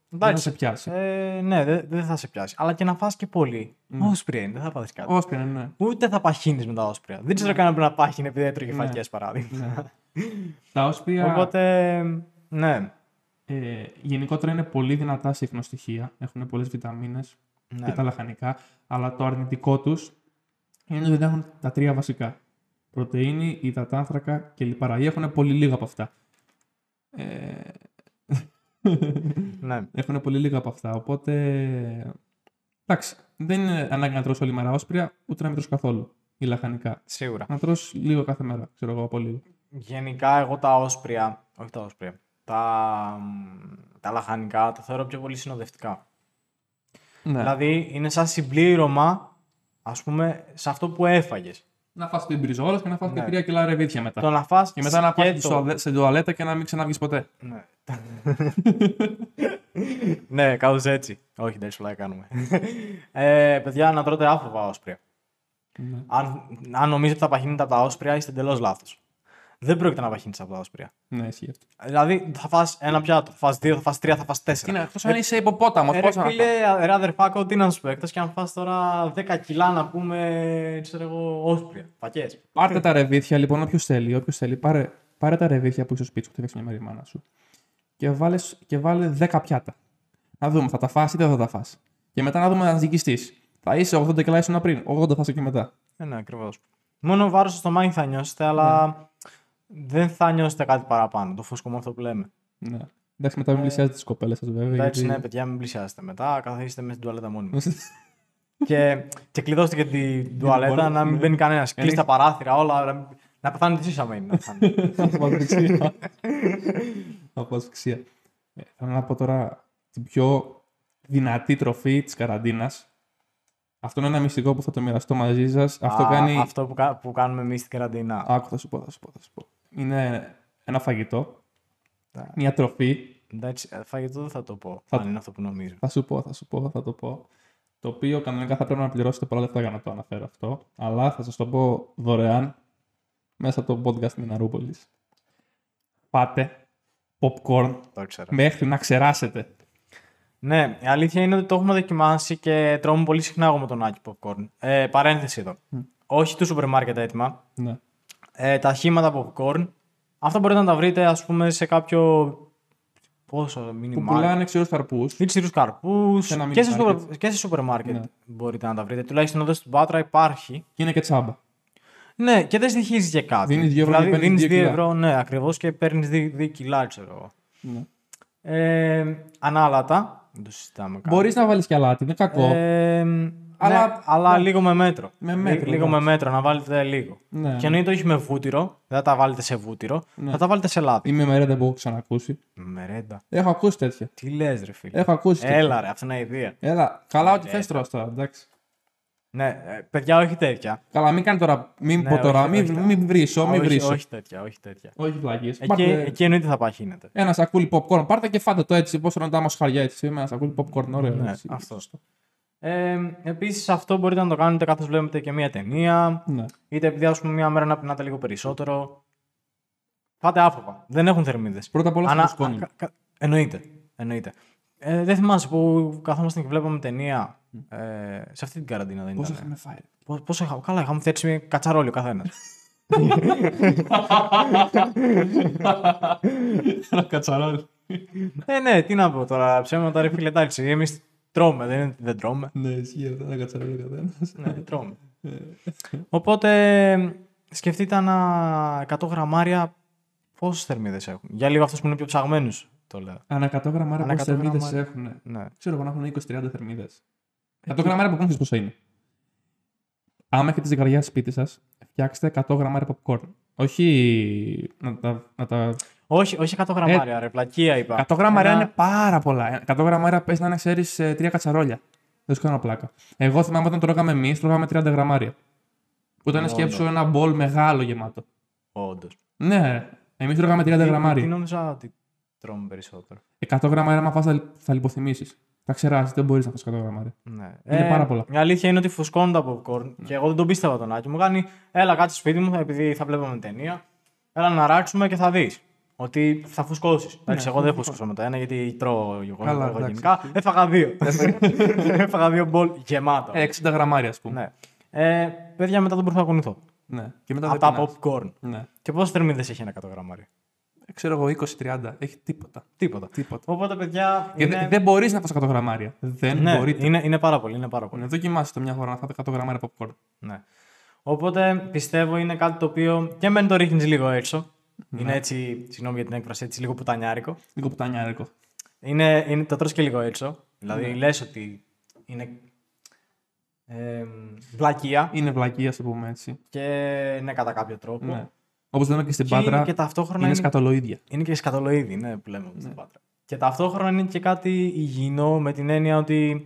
δεν θα Ε, εντάξει. σε πιάσει. Ε, ναι, δε- δεν θα σε πιάσει. Αλλά και να φας και πολύ. Ναι. Όσπρια είναι, δεν θα πάθεις κάτι. Όσπρια, ναι. ναι. Ούτε θα παχύνεις με τα όσπρια. Δεν ξέρω κανένα που να πάχυνε επειδή έτρωγε φακέ παράδειγμα. Τα όσπρια Ναι. Οπότε, ναι. ε, γενικότερα είναι πολύ δυνατά σε ίχνο στοιχεία. Έχουν πολλές βιταμίνες και ναι. τα λαχανικά. Αλλά το αρνητικό τους είναι ότι δεν έχουν τα τρία βασικά. Πρωτεΐνη, υδατάνθρακα και λιπαρά. Ή έχουν πολύ λίγα από αυτά. Ε, ναι. Έχουν πολύ λίγα από αυτά. Οπότε. Εντάξει, δεν είναι ανάγκη να τρως όλη μέρα όσπρια, ούτε να μην τρως καθόλου ή λαχανικά. Σίγουρα. Να τρως λίγο κάθε μέρα, ξέρω εγώ, από λίγο. Γενικά, εγώ τα όσπρια, όχι τα όσπρια, τα, μ, τα λαχανικά τα θεωρώ πιο πολύ συνοδευτικά. Ναι. Δηλαδή, είναι σαν συμπλήρωμα, ας πούμε, σε αυτό που έφαγες. Να φας την μπριζόλα και να φας Ναι. και τρία κιλά ρεβίθια μετά. Το να φας Και μετά να πας στην σκέτο- σουαλε- στην τουαλέτα και να μην ξαναβγείς ποτέ. Ναι. ναι, κάπως έτσι. Όχι, δεν σου κάνουμε. ε, παιδιά, να τρώτε άφοβα όσπρια. Ναι. Αν, αν νομίζετε ότι θα παχύνετε από τα όσπρια, είστε εντελώς λάθος. Δεν πρόκειται να παχύνεις από τα όσπρια. Ναι, ισχύει αυτό. Δηλαδή, θα φας ένα πιάτο, θα φας δύο, θα φας τρία, θα φας Τι τέσσερα. να, εκτός αν είσαι υποπόταμος, Ε, πώς ρε να φας. φίλε, α- ρε αδερφάκο, τι να σου πω, εκτός και αν φας τώρα 10 κιλά να πούμε, ξέρω εγώ, όσπρια, πακές. Πάρτε τα ρεβίθια, λοιπόν, όποιος θέλει, όποιος θέλει, πάρε, πάρε τα ρεβίθια που έχει στο σπίτι σου, που τρέχει μια μέρα η μάνα σου. Και, βάλες, και βάλε 10 πιάτα. Να δούμε, θα τα φας ή δεν θα τα φας. Και μετά να δούμε να ζυγιστείς. Θα είσαι 80 κιλά ήσουν πριν, 80 θα είσαι και μετά. Ε, ναι, ακριβώς. Μόνο βάρος στο μάχη θα νιώσετε, αλλά δεν θα νιώσετε κάτι παραπάνω, το φούσκο μόνο αυτό που λέμε. Ναι. Εντάξει, μετά μην πλησιάζετε τις κοπέλες σας βέβαια. Ε, Εντάξει, γιατί- ναι, παιδιά, μην πλησιάσετε μετά. Καθίστε μέσα στην τουαλέτα μόνοι μας. και, και κλειδώστε και την τουαλέτα τουαλέτα, να μην μπαίνει κανένας. Κλείστε τα παράθυρα, όλα. Να, μην- να πεθάνετε εσείς άμα είναι. να πεθάνετε. από ασφυξία. από ασφυξία. Ε, Θέλω να πω τώρα την πιο δυνατή τροφή της καραντίνας. Αυτό είναι ένα μυστικό που θα το μοιραστώ μαζί σας. Αυτό Α, κάνει... αυτό που, κα- που κάνουμε εμείς στην καραντίνα. Άκου, θα σου πω, θα σου πω, θα σου πω. Είναι ένα φαγητό, Τα- μια τροφή, Εντάξει, ε, φαγητό δεν θα το πω. Θα- Αν είναι αυτό που νομίζω. θα σου πω, θα σου πω, θα το πω. Το οποίο κανονικά θα πρέπει να πληρώσετε πολλά λεφτά για να το αναφέρω αυτό. Αλλά θα σας το πω δωρεάν μέσα από το podcast Μιναρούπολης. Πάτε popcorn Το ήξερα. μέχρι να ξεράσετε. Ναι, η αλήθεια είναι ότι το έχουμε δοκιμάσει και τρώμε πολύ συχνά εγώ με τον Άκη popcorn. Ε, παρένθεση εδώ. Όχι του σούπερ μάρκετ έτοιμα. Ναι. ε, τα χήματα popcorn. Αυτά μπορείτε να τα βρείτε, ας πούμε, σε κάποιο. Πόσο Που μήνυμα. πουλάνε ξηρούς καρπούς. Ήξηρου καρπούς Σε ένα και, σε mini σούπερ- market. και σε σούπερ μάρκετ Ναι. μπορείτε να τα βρείτε. Τουλάχιστον εδώ στην Πάτρα υπάρχει. Και είναι και τσάμπα. Ναι, και δεν στοιχίζει και κάτι. Δίνεις δύο ευρώ και δηλαδή, παίρνεις δίνεις δύο δύο κιλά. ευρώ, ναι, ακριβώς και παίρνεις 2 κιλά, ξέρω εγώ. Ναι. Ε, ανάλατα. Δεν το συζητάμε καν. Μπορείς να βάλεις και αλάτι, δεν είναι κακό. Ε, ναι, αλλά, Αλλά- ναι. λίγο με μέτρο. Με μέτρο, λίγο με εντάξει. μέτρο, να βάλετε λίγο. Ναι. Και εννοείται όχι με βούτυρο, δεν θα τα βάλετε σε βούτυρο, θα τα βάλετε σε λάδι. Ή με μερέντα που έχω ξανακούσει. Μερέντα. Έχω ακούσει τέτοια. Τι λες, ρε φίλε. Έχω ακούσει τέτοια. Έλα, ρε, αυτή είναι η ιδέα. Έλα. Καλά, Ε. ό,τι θες τώρα. Εντάξει. Ναι, ε, παιδιά, όχι τέτοια. Καλά, μην κάνει τώρα. Μην Ναι, πω τώρα. όχι, μην, όχι, μην βρίσω. Μην όχι, βρίσω. όχι Ε, τέτοια, όχι τέτοια. Όχι, βλακίε. Εκεί, εκεί εννοείται θα παχύνετε. Ένα σακούλι popcorn. Πάρτε και φάτε το έτσι. Πώς ραντάμε σχαριά έτσι. Με ένα σακούλι popcorn. Ωραίο. Ναι, έτσι. αυτό. Ε, Επίσης, αυτό μπορείτε να το κάνετε καθώς βλέπετε και μία ταινία, Ναι. είτε επειδή ας πούμε μία μέρα να πεινάτε λίγο περισσότερο. Φάτε άφοβα. Δεν έχουν θερμίδες. Πρώτα απ' όλα Ανα- Ανά... σκόνη. κα- κα- Εννοείται. εννοείται. Ε, δεν θυμάσαι που καθόμασταν και βλέπαμε ταινία. Ε, σε αυτή την καραντίνα δεν Πώ ήταν. είχαμε φάει. ρε. Πο- Πόσο είχα. Καλά, είχαμε θέσει κατσαρόλιο καθένα. Κατσαρόλι. Ε, ναι, τι να πω τώρα, ψέματα ρε φίλε, εντάξει, εμείς τρώμε, δεν είναι ότι δεν τρώμε. Ναι, ισχύει αυτό, να κατσαρόλει ο καθένας. ναι, τρώμε. Οπότε σκεφτείτε ανά 100 γραμμάρια πόσες θερμίδες έχουν. Για λίγο αυτούς που είναι πιο ψαγμένους το λέω. Ανά 100 γραμμάρια Ανά πόσες 100 θερμίδες γραμμάρια. έχουν. Ναι. Ξέρω εγώ να έχουν 20-30 θερμίδε. 100 γραμμάρια Ε, popcorn ξέρει πόσα είναι. Άμα έχετε ζυγαριά σπίτι σας, φτιάξτε 100 γραμμάρια popcorn. Όχι να τα. Να τα... Όχι, όχι 100 γραμμάρια, ρε. Πλακία είπα. 100 Ε, γραμμάρια Ένα- είναι πάρα πολλά. 100 γραμμάρια πες να είναι, ξέρεις, τρία κατσαρόλια. Δεν σου κάνω πλάκα. Εγώ θυμάμαι όταν τρώγαμε εμεί, τρώγαμε 30 γραμμάρια. Που ήταν Μόνο. σκέψου ένα μπολ μεγάλο γεμάτο. Όντως. Ναι, εμεί τρώγαμε 30 Τι γραμμάρια. νόμιζα ότι τρώμε περισσότερο. 100 γραμμάρια, άμα φας, θα, θα λιποθυμήσεις. Θα ξεράσει, δεν μπορείς να φας 100 γραμμάρια. Ναι. Είναι πάρα πολλά. Η αλήθεια είναι ότι φουσκώνουν τα popcorn Ναι. και εγώ δεν τον πίστευα τον Άκη. Μου κάνει, έλα κάτσε σπίτι μου, επειδή θα βλέπαμε ταινία. Έλα να ράξουμε και θα δεις. Ότι θα φουσκώσεις. Εντάξει, εγώ δεν φούσκωσα με το ένα γιατί τρώω εγώ, Ναι, Καλά, εγώ εντάξει. γενικά. Έφαγα δύο. Έφαγα δύο μπολ γεμάτα. Ε, 60 γραμμάρια, ας πούμε. ναι. Ε, παιδιά, μετά δεν προσπαθώ Ναι. Και μετά Από δεν τα πεινάς. popcorn. Ναι. Και πόσες θερμίδες έχει ένα 100 γραμμάρι. Ξέρω εγώ, 20-30. Έχει τίποτα. Τίποτα. Τίποτα. Οπότε, παιδιά. Και δε- είναι- δεν μπορείς να φας 100 γραμμάρια. Δεν ναι, μπορείτε. είναι, είναι πάρα πολύ. Είναι πάρα πολύ. Ναι, δοκιμάστε μια φορά να φάτε 100 γραμμάρια popcorn. Ναι. Οπότε πιστεύω είναι κάτι το οποίο και μεν το ρίχνεις λίγο έξω. Ναι. Είναι έτσι, συγγνώμη για την έκφραση, έτσι λίγο πουτανιάρικο. Λίγο πουτανιάρικο. Είναι, είναι, το τρως και λίγο έξω. Δηλαδή Ναι. λες ότι είναι ε, βλακεία Είναι βλακία, ας το πούμε έτσι. και ναι κατά κάποιο τρόπο. Ναι. Όπως λέμε και στην Και είναι Πάτρα, και ταυτόχρονα είναι είναι- σκατολοίδια. Είναι και σκατολοίδι, ναι, που λέμε στην Πάτρα. Και ταυτόχρονα είναι και κάτι υγιεινό με την έννοια ότι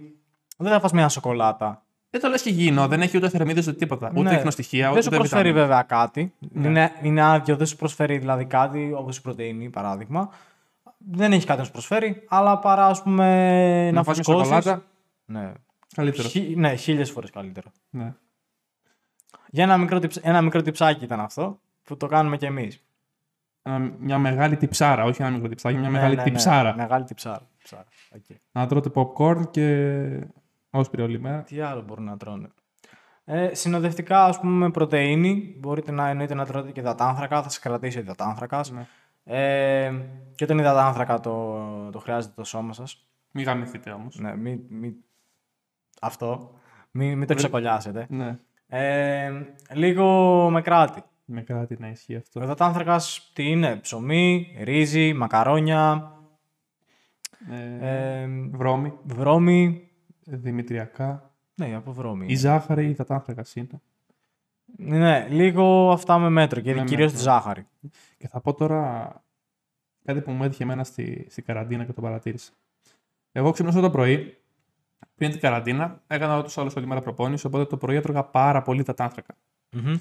δεν θα φας μια σοκολάτα. Δεν το λες και γινό, δεν έχει ούτε θερμίδες ούτε τίποτα. Ούτε Ναι. εχνοστοιχεία, ούτε Δεν σου προσφέρει βιταμίνες. βέβαια κάτι. Είναι, είναι άδειο, δεν σου προσφέρει δηλαδή κάτι όπως η πρωτενη, παράδειγμα. Δεν έχει κάτι να σου προσφέρει, αλλά παρά ας πούμε να, Να φας μια φουσκώσεις. σοκολάτα, Ναι, καλύτερο. Χι- ναι χίλιες φορές καλύτερο. Ναι. Για ένα μικρό, τυψ- ένα μικρό τυψάκι ήταν αυτό που το κάνουμε κι εμείς. Ένα- Μια μεγάλη τυψάρα, όχι ένα μικρό τυψάκι, Ναι, μια μεγάλη τυψάρα. Μεγάλη τυψάρα. Ψάρα. Οκ. Να τρώτε popcorn και όσπρι όλη μέρα. Τι άλλο μπορούν να τρώνε. Ε, συνοδευτικά, ας πούμε, με πρωτενη. Μπορείτε να εννοείται να τρώτε και υδατάνθρακα, θα σα κρατήσει ο υδατάνθρακας. Ναι. Ε, και τον υδατάνθρακα το, το χρειάζεται το σώμα σας. Μην γαμηθείτε όμως. Ναι, μη, μη... Αυτό. Μην μη το ξεκολλιάσετε. Ναι. Ε, λίγο με κράτη. Με κράτη να ισχύει αυτό. Ο υδατάνθρακας τι είναι, ψωμί, ρύζι, μακαρόνια, Ε, ε, βρώμη, βρώμη. δημητριακά. Ναι, από βρώμη. Η ζάχαρη ή τα τάνθρακα είναι. Ναι, λίγο αυτά με μέτρο και Με κυρίως τη μέτρο. ζάχαρη. Και θα πω τώρα κάτι που μου έτυχε εμένα στη, στη καραντίνα και το παρατήρησα. Εγώ ξυπνούσα το πρωί, πριν την καραντίνα, έκανα ούτω όλο όλη μέρα προπόνηση, οπότε το πρωί έτρωγα πάρα πολύ τα τάνθρακα. Μμμ.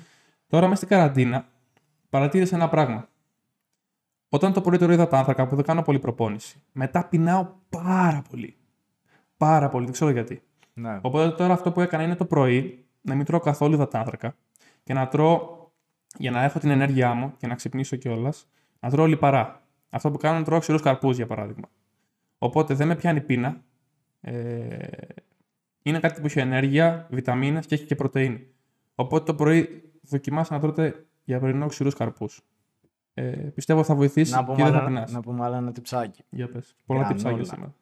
Τώρα μέσα στην καραντίνα παρατήρησα ένα πράγμα. Όταν το πρωί τρώω υδατάνθρακα που δεν κάνω πολύ προπόνηση, μετά πεινάω πάρα πολύ. Πάρα πολύ, δεν ξέρω γιατί. Ναι. Οπότε τώρα αυτό που έκανα είναι το πρωί να μην τρώω καθόλου υδατάνθρακα και να τρώω για να έχω την ενέργειά μου και να ξυπνήσω κιόλας, να τρώω λιπαρά. Αυτό που κάνω είναι τρώω ξηρούς καρπούς για παράδειγμα. Οπότε δεν με πιάνει πείνα. Ε, είναι κάτι που έχει ενέργεια, βιταμίνες και έχει και πρωτενη. Οπότε το πρωί δοκιμάστε να τρώτε για πρωινό ξηρούς καρπούς. Ε, πιστεύω θα βοηθήσει Να και πούμε, δεν θα άλλα, πεινάσει. να πούμε άλλα ένα τυψάκι. Για πες. Πολλά τυψάκια Γκρανόλα. σήμερα.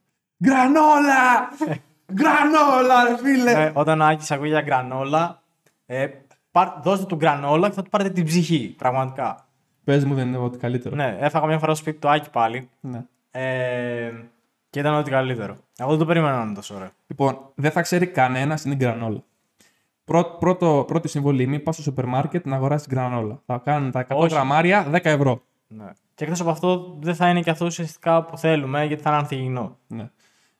Γκρανόλα! Γκρανόλα, ρε φίλε! Ναι, όταν ο Άκης ακούει για γκρανόλα, ε, πάρ- δώστε του γκρανόλα και θα του πάρετε την ψυχή, πραγματικά. Πες μου, δεν είναι ότι καλύτερο. Ναι, έφαγα μια φορά στο σπίτι του Άκη πάλι Ναι. ε, και ήταν ό,τι καλύτερο. Εγώ δεν το περίμενα να είναι τόσο ωραίο. Λοιπόν, δεν θα ξέρει κανένας την γκρανόλα. Πρω- πρώτο, πρώτη συμβολή, μην πας στο σούπερ μάρκετ να αγοράσεις γκρανόλα. Θα κάνουν τα 100 Όχι. γραμμάρια 10 ευρώ. Ναι. Και εκτός από αυτό, δεν θα είναι και αυτό ουσιαστικά που θέλουμε, γιατί θα είναι ανθυγινό. Ναι.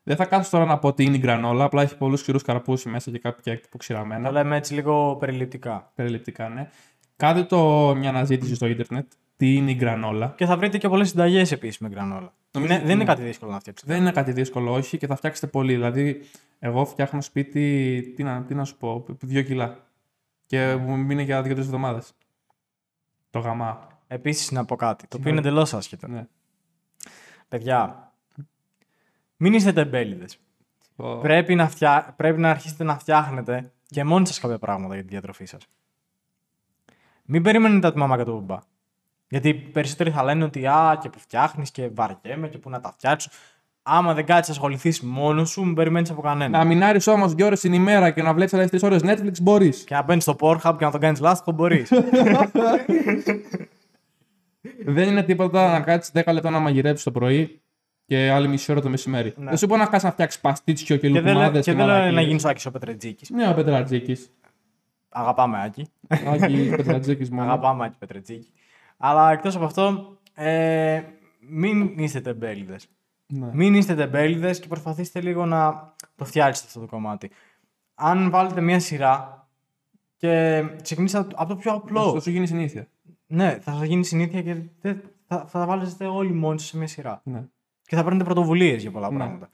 Δεν θα κάτσω τώρα να πω τι είναι η γκρανόλα, απλά έχει πολλούς ξηρού καρπούσει μέσα και κάποια Να υποξηραμένα. λέμε έτσι λίγο περιληπτικά. Περιληπτικά, ναι. Κάντε το μια αναζήτηση στο ίντερνετ. Τι είναι η γκρανόλα. Και θα βρείτε και πολλές συνταγές επίσης με γκρανόλα. Νομίζω Ναι, ότι δεν είναι ναι. κάτι δύσκολο να φτιάξετε. Δεν είναι κάτι δύσκολο, όχι, και θα φτιάξετε πολύ. Δηλαδή, εγώ φτιάχνω σπίτι, τι να, τι να σου πω, δύο κιλά. Και μου μείνει για δύο-τρει εβδομάδες. Το γαμάω. Επίσης, να πω κάτι, το οποίο είναι εντελώς άσχετο. Ναι. Παιδιά, μην είστε τεμπέληδες. Το- Πρέπει, να φτια... πρέπει να αρχίσετε να φτιάχνετε και μόνοι σας κάποια πράγματα για τη διατροφή σας. Μην περιμένετε από τη μαμά και τον μπαμπά. Γιατί οι περισσότεροι θα λένε ότι α, και που φτιάχνεις και βαριέμαι και που να τα φτιάξω. άμα δεν κάτσεις να ασχοληθείς μόνος σου, μην περιμένεις από κανένα. Να μινάρει όμως δύο ώρες την ημέρα και να βλέπεις άλλες τρεις ώρες Netflix μπορείς. Και να μπαίνεις στο Pornhub και να τον κάνει λάστιχο, μπορείς. Δεν είναι τίποτα να κάτσεις 10 λεπτά να μαγειρέψεις το πρωί και άλλη μισή ώρα το μεσημέρι. Ναι. Δεν σου πω να κάτσει να φτιάξεις παστίτσιο και και δεν λέω- λουκουμάδες. και δεν λέω να γίνεις ο Άκης ο Πετρετζίκης. Ναι, ο Πετρατζίκης. Αγαπάμε Άκη. Ναι. Άγγι Πετρατζίκης μόνο. Αγαπάμε Άκη Πετρετζίκη. Αλλά εκτός από αυτό, ε, μην είστε τεμπέληδες. Ναι. Μην είστε τεμπέληδες και προσπαθήστε λίγο να το φτιάξετε αυτό το κομμάτι. Αν βάλετε μία σειρά και ξεκινήσετε από το πιο απλό. Αυτό σου γίνει συνήθεια. Ναι, θα σας γίνει συνήθεια και δεν- θα, θα τα βάλετε όλοι μόνοι σας σε μία σειρά. Ναι. Και θα παίρνετε πρωτοβουλίες για πολλά Ναι. πράγματα.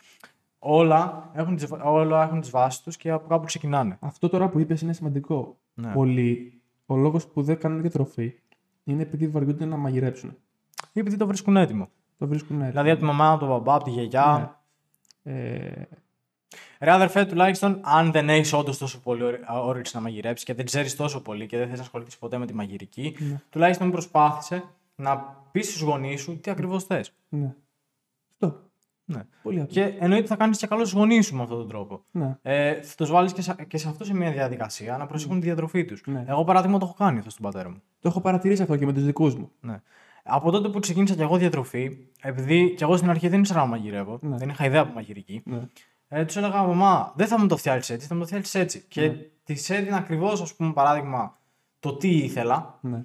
Όλα έχουν τις, όλα έχουν τις βάσεις τους και από κάπου ξεκινάνε. Αυτό τώρα που είπες είναι σημαντικό. Ναι. Πολλοί, ο λόγος που δεν κάνουν και τροφή είναι επειδή βαριούνται να μαγειρέψουν. Ή επειδή το βρίσκουν έτοιμο. Το βρίσκουν έτοιμο. Δηλαδή από τη μαμά, από τον μπαμπά, από τη γιαγιά. Ναι. Ε, Ρε αδερφέ, τουλάχιστον αν δεν έχεις όντως τόσο πολύ όρε- όρεξη να μαγειρέψεις και δεν ξέρεις τόσο πολύ και δεν θες να ασχοληθείς ποτέ με τη μαγειρική, Ναι. τουλάχιστον προσπάθησε να πεις στους γονείς σου τι ακριβώς θες. ναι. Αυτό. Ναι. Πολύ απλό. Και εννοείται θα κάνεις και καλό στου γονεί σου με αυτόν τον τρόπο. Ναι. Ε, θα τους βάλεις και, σε- και σε αυτό σε μια διαδικασία να προσέχουν τη διατροφή τους. Ναι. Εγώ παράδειγμα το έχω κάνει αυτό στον πατέρα μου. Το έχω παρατηρήσει αυτό και με τους δικούς μου. Ναι. Από τότε που ξεκίνησα κι εγώ διατροφή, επειδή κι εγώ στην αρχή δεν ήξερα να μαγειρεύω, Ναι. δεν είχα ιδέα από μαγειρική, Ναι. ε, τους έλεγα Μαμά, δεν θα μου το φτιάξεις έτσι, θα μου το φτιάξεις Ναι. έτσι. Και τη έδινα ακριβώς, ας πούμε, παράδειγμα, το τι ήθελα ναι.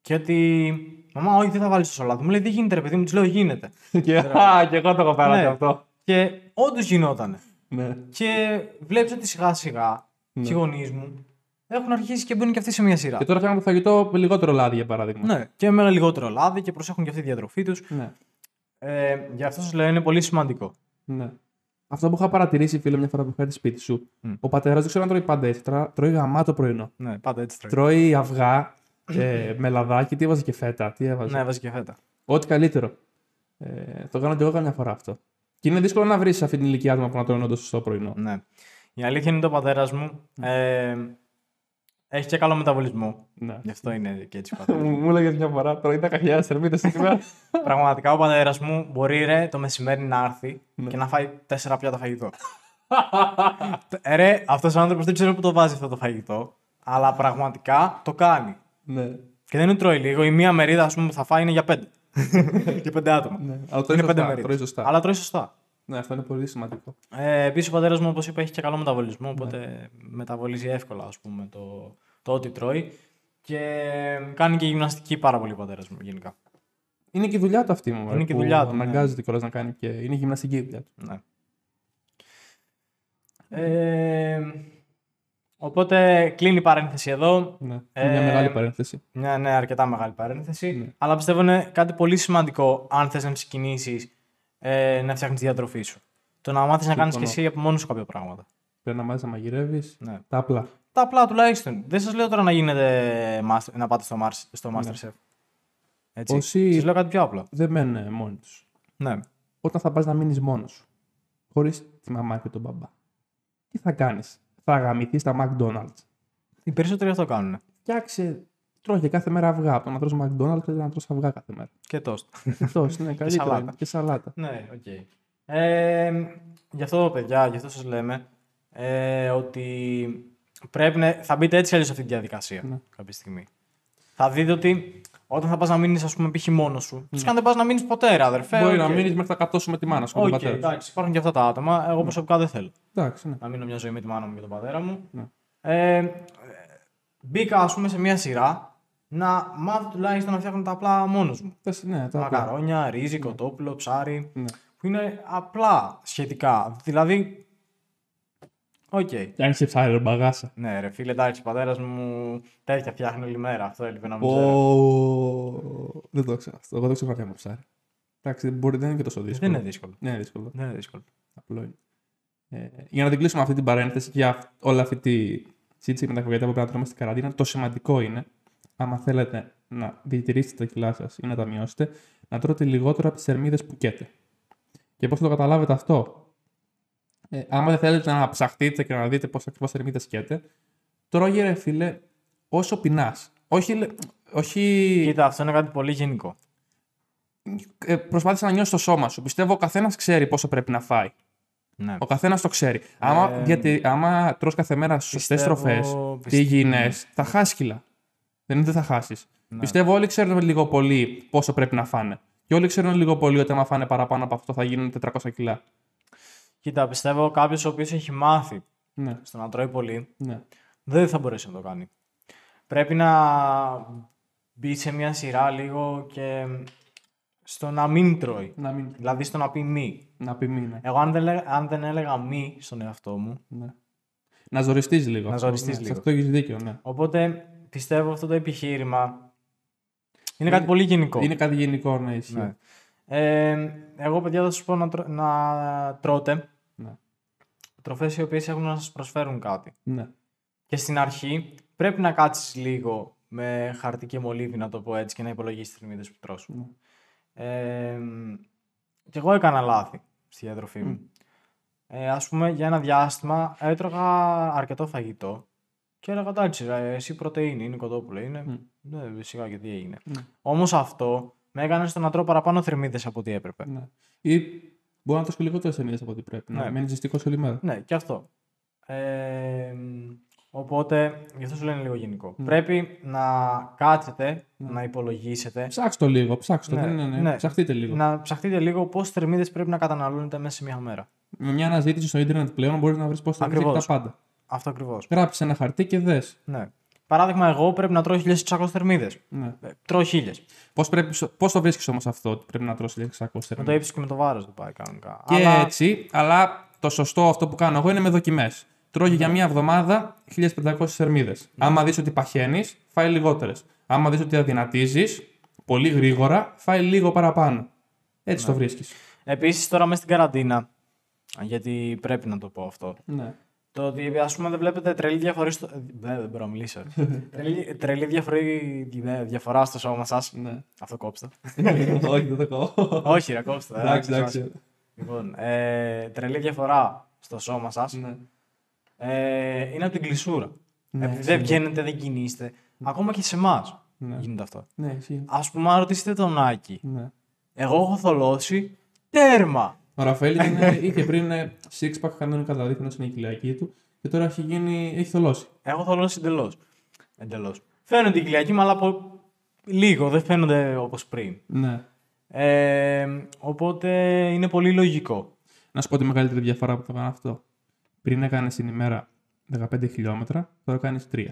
και ότι. Μαμά, όχι, δεν θα βάλεις το σολάδι. Μου λέει, δεν γίνεται, ρε παιδί μου, τη λέω, γίνεται. και, α, και εγώ το έχω παρατηρήσει Ναι. αυτό. Και όντως γινότανε. Ναι. Και βλέπει ότι σιγά σιγά Ναι. οι γονείς μου έχουν αρχίσει και μπαίνουν και αυτοί σε μια σειρά. Και τώρα φτιάχνω το φαγητό με λιγότερο λάδι για παράδειγμα. Ναι, και με λιγότερο λάδι και προσέχουν και αυτή τη διατροφή τους. Ναι. Ε, γι' αυτό σας λέω είναι πολύ σημαντικό. ναι. Αυτό που είχα παρατηρήσει, φίλε, μια φορά που είχα έρθει σπίτι σου, Μμ. ο πατέρας δεν ξέρω αν τρώει πάντα έτσι. τρα- Τρώει γαμά το πρωινό. Ναι, πάντα έτσι τρώει. Τρώει αυγά, ε, με λαδάκι, τι έβαζε και φέτα. Τι έβαζε. Ναι, βάζει και φέτα. Ό,τι καλύτερο. Ε, το κάνω και εγώ καμιά φορά αυτό. Και είναι δύσκολο να βρεις αυτή την ηλικία άτομα που να τρώνε όντω στο πρωινό. Ναι. Η αλήθεια είναι ότι ο πατέρας μου ε, έχει και καλό μεταβολισμό. Ναι. Γι' αυτό είναι και έτσι ο πατέρας. Μου έλεγε μια φορά, τρώει 10.000 θερμίδε την ημέρα. Πραγματικά ο πατέρας μου μπορεί ρε, το μεσημέρι να έρθει Ναι. και να φάει τέσσερα πιάτα φαγητό. Ε, ρε, αυτός ο άνθρωπος δεν ξέρω που το βάζει αυτό το φαγητό, αλλά πραγματικά το κάνει. ναι. Και δεν είναι τρώει λίγο. Η μία μερίδα ας πούμε, που θα φάει είναι για πέντε. για πέντε άτομα. ναι. Αλλά τρώει είναι πέντε σωστά. μερίδες. Τρώει σωστά. Αλλά τρώει σωστά. Ναι, αυτό είναι πολύ σημαντικό. Ε, Επίσης, ο πατέρας μου, όπως είπα, έχει και καλό μεταβολισμό, Ναι. οπότε μεταβολίζει εύκολα ας πούμε, το, το ότι τρώει. Και κάνει και γυμναστική πάρα πολύ ο πατέρας μου γενικά. Είναι και η δουλειά του αυτή μου. Είναι και η δουλειά του, ναι. Αναγκάζεται κιόλα να κάνει και. Είναι η γυμναστική δουλειά του. Ναι. Ε, οπότε κλείνει η παρένθεση εδώ. Ναι. Είναι Ε, Μια μεγάλη παρένθεση. Μια ναι, αρκετά μεγάλη παρένθεση. Ναι. Αλλά πιστεύω είναι κάτι πολύ σημαντικό αν θες να ξεκινήσεις ε, να φτιάχνεις τη διατροφή σου. Το να μάθεις να κάνεις και Συμφωνώ. εσύ από μόνος σου κάποια πράγματα. Πρέπει να μάθεις να μαγειρεύεις. Ναι. Τα απλά. Τα απλά τουλάχιστον. Δεν σας λέω τώρα να γίνετε master- να πάτε στο, Mars, στο Masterchef. Έτσι. Ναι. Όσοι- Σας λέω κάτι πιο απλό. Δεν μένουν μόνοι τους. Ναι. Όταν θα πας να μείνεις μόνος σου. Χωρίς τη μαμά και τον μπαμπά. Τι θα κάνεις. Θα γαμηθεί στα McDonald's. Οι περισσότεροι αυτό κάνουν. φτιάξε. Τρώγε κάθε μέρα αυγά. Από το να τρως McDonald's καλύτερα να τρως αυγά κάθε μέρα. Και τόστ. Αυτό είναι καλύτερο. σαλάτα. είναι. Και σαλάτα. ναι, οκ. Ε, γι' αυτό, παιδιά, γι' αυτό σας λέμε ε, ότι πρέπει να... θα μπείτε έτσι αλλιώς σε αυτή τη διαδικασία Ναι. κάποια στιγμή. Θα δείτε ότι όταν θα πας να μείνεις, ας πούμε, π.χ. μόνος σου, τους και αν δεν πας να μείνεις ποτέ, ρε αδερφέ. Ναι. Μπορεί Ε, οκ. να μείνεις μέχρι τα 100 σου με Ναι. τη μάνα σου. Οκ, Okay, πατέρα. σου. εντάξει, υπάρχουν και αυτά τα άτομα. Εγώ προσωπικά δεν θέλω. Εντάξει, ναι. να μείνω μια ζωή με τη μάνα μου και τον πατέρα μου. Ναι. Ε, ε, μπήκα, ας πούμε, σε μια σειρά να μάθω τουλάχιστον να φτιάχνω τα απλά μόνος μου. Θες, ναι, τα απλά. Μακαρόνια, ρύζι, κοτόπουλο, ψάρι. Ναι. Που είναι απλά σχετικά. Δηλαδή. Οκ. Και αν είσαι ψάρι, μπαγάσα. Ναι, ρε φίλε, εντάξει, ο πατέρας μου τέτοια φτιάχνει όλη μέρα. Αυτό έλειπε να μην ξέρω. Πω. Δεν το ξέρω αυτό. Εγώ δεν ξέρω να κάνω ψάρι. Εντάξει, δεν μπορεί, δεν είναι και τόσο δύσκολο. Δεν είναι δύσκολο. Ναι, είναι δύσκολο. Δεν είναι δύσκολο. Απλό είναι. Ε, για να την κλείσουμε αυτή την παρένθεση και για όλη αυτή τη σύντηση με τα κουβέντα που πρέπει να τρώμε στην καραντίνα, το σημαντικό είναι, άμα θέλετε να διατηρήσετε τα κιλά σας ή να τα μειώσετε, να τρώτε λιγότερο από τις θερμίδες που καίτε. Και πώς θα το καταλάβετε αυτό, ε, άμα δεν θέλετε να ψαχτείτε και να δείτε πόσα ακριβώς θερμίδες καίτε, τρώγε ρε φίλε όσο πεινάς. Όχι, λε- όχι Κοίτα, αυτό είναι κάτι πολύ γενικό. ε, προσπάθησε να νιώσεις το σώμα σου. Πιστεύω ο καθένας ξέρει πόσο πρέπει να φάει. Ναι. Ο καθένας το ξέρει. άμα, Ε, διατη, άμα τρως κάθε μέρα σωστές πιστεύω- τροφέ και πιστεύω- υγιεινέ, θα χάσει κιλά. Δεν είναι δεν θα χάσεις. Ναι. Πιστεύω όλοι ξέρουν λίγο πολύ πόσο πρέπει να φάνε. Και όλοι ξέρουν λίγο πολύ ότι άμα φάνε παραπάνω από αυτό θα γίνουν 400 κιλά. Κοίτα, πιστεύω κάποιος ο οποίος έχει μάθει Ναι, στο να τρώει πολύ, ναι. δεν θα μπορέσει να το κάνει. Πρέπει να μπει σε μια σειρά λίγο και στο να μην τρώει. Να, μην, Δηλαδή στο να πει μη. να πει μήνα. Εγώ αν δεν, λέ- αν δεν έλεγα μη στον εαυτό μου, Ναι. Να ζοριστείς λίγο. Να Αυτό, ζοριστείς ναι, σε λίγο. αυτό έχεις δίκιο, ναι. οπότε πιστεύω αυτό το επιχείρημα είναι κάτι πολύ γενικό. Είναι κάτι γενικό, ναι, ισχύει. Ναι. Ε, εγώ, παιδιά, θα σα πω να, τρω- να τρώτε Ναι. τροφές οι οποίες έχουν να σας προσφέρουν κάτι. Ναι. Και στην αρχή πρέπει να κάτσεις λίγο με χαρτί και μολύβι, να το πω έτσι, και να υπολογίσεις τις λιμίδες που τρως. Ναι. Ε, και εγώ έκανα λάθη στη διατροφή μου. Ε, ας πούμε, για ένα διάστημα έτρωγα αρκετό φαγητό και έλεγα εντάξει, ρε, εσύ πρωτεΐνη, είναι κοτόπουλο, είναι. Μμ. Ναι, σιγά και τι έγινε. Ναι. Όμως αυτό με έκανε στο να τρώω παραπάνω θερμίδες από ό,τι έπρεπε. ναι. Ή μπορεί να τρως και λιγότερε ενέργειε από ό,τι πρέπει. Ναι. Να μένει ζεστικός όλη μέρα. Ναι, και αυτό. Ε, μ, οπότε, γι' αυτό σου λένε λίγο γενικό. Ναι. Πρέπει να κάτσετε, να υπολογίσετε, Ψάξτε το λίγο, ψάξτε το. Ναι, δεν είναι, ναι. ναι. Ψαχτείτε λίγο. να ψαχτείτε λίγο πόσε θερμίδες πρέπει να καταναλώνετε μέσα σε μία μέρα. Με μια αναζήτηση στο Ιντερνετ πλέον μπορείς να βρεις πώς θα βρεις τα Ακριβώς. πάντα. Αυτό ακριβώς. Γράψει ένα χαρτί και δες. Ναι. Παράδειγμα, εγώ πρέπει να τρώω 1600 θερμίδες. Ναι. Ε, τρώω 1000. Πώ πώς το βρίσκεις όμως αυτό ότι πρέπει να τρώσει 600 Με το θερμίδες. ύψος και με το βάρος δεν πάει κανονικά. Ναι. Και Αλλά έτσι, αλλά το σωστό αυτό που κάνω εγώ είναι με δοκιμές. Τρώγει για μία εβδομάδα 1500 θερμίδε. Άμα δεις ότι παχαίνεις, φάει λιγότερες. Άμα δεις ότι αδυνατίζεις, πολύ γρήγορα, φάει λίγο παραπάνω. Έτσι το βρίσκεις. επίσης τώρα μέσα στην καραντίνα. Γιατί πρέπει να το πω αυτό. Ναι. Το ότι ας πούμε δεν βλέπετε τρελή διαφορά στο. Δε, δεν μπορώ να μιλήσω. τρελή τρελή διαφορή- δε, διαφορά στο σώμα σας. ναι. Αυτό κόψτε. Όχι, δεν το κόβω. Όχι, ρε, κόψτε. ε, Εντάξει, άκουσα. εντάξει. Λοιπόν, ε, τρελή διαφορά στο σώμα σας Ναι. ε, είναι από την κλεισούρα. Ναι, Επειδή δεν σίγουρα. βγαίνετε, δεν κινείστε. Ακόμα και σε εμάς Ναι. γίνεται αυτό. Ναι, ισχύει. Ας πούμε, αν ρωτήσετε τον Άκη, Ναι. εγώ έχω θολώσει τέρμα. Ο Ραφαήλ είναι- είχε πριν ε, six pack κανονικά, δηλαδή φαινόταν στην κοιλιακή του και τώρα έχει, γίνει, έχει θολώσει. Έχω θολώσει εντελώς. Εντελώς. Φαίνονται οι κοιλιακοί μου, αλλά από λίγο, δεν φαίνονται όπως πριν. Ναι. Ε, οπότε είναι πολύ λογικό. Να σου πω τη μεγαλύτερη διαφορά που το έκανα αυτό. Πριν έκανες την ημέρα 15 χιλιόμετρα, τώρα κάνεις 3.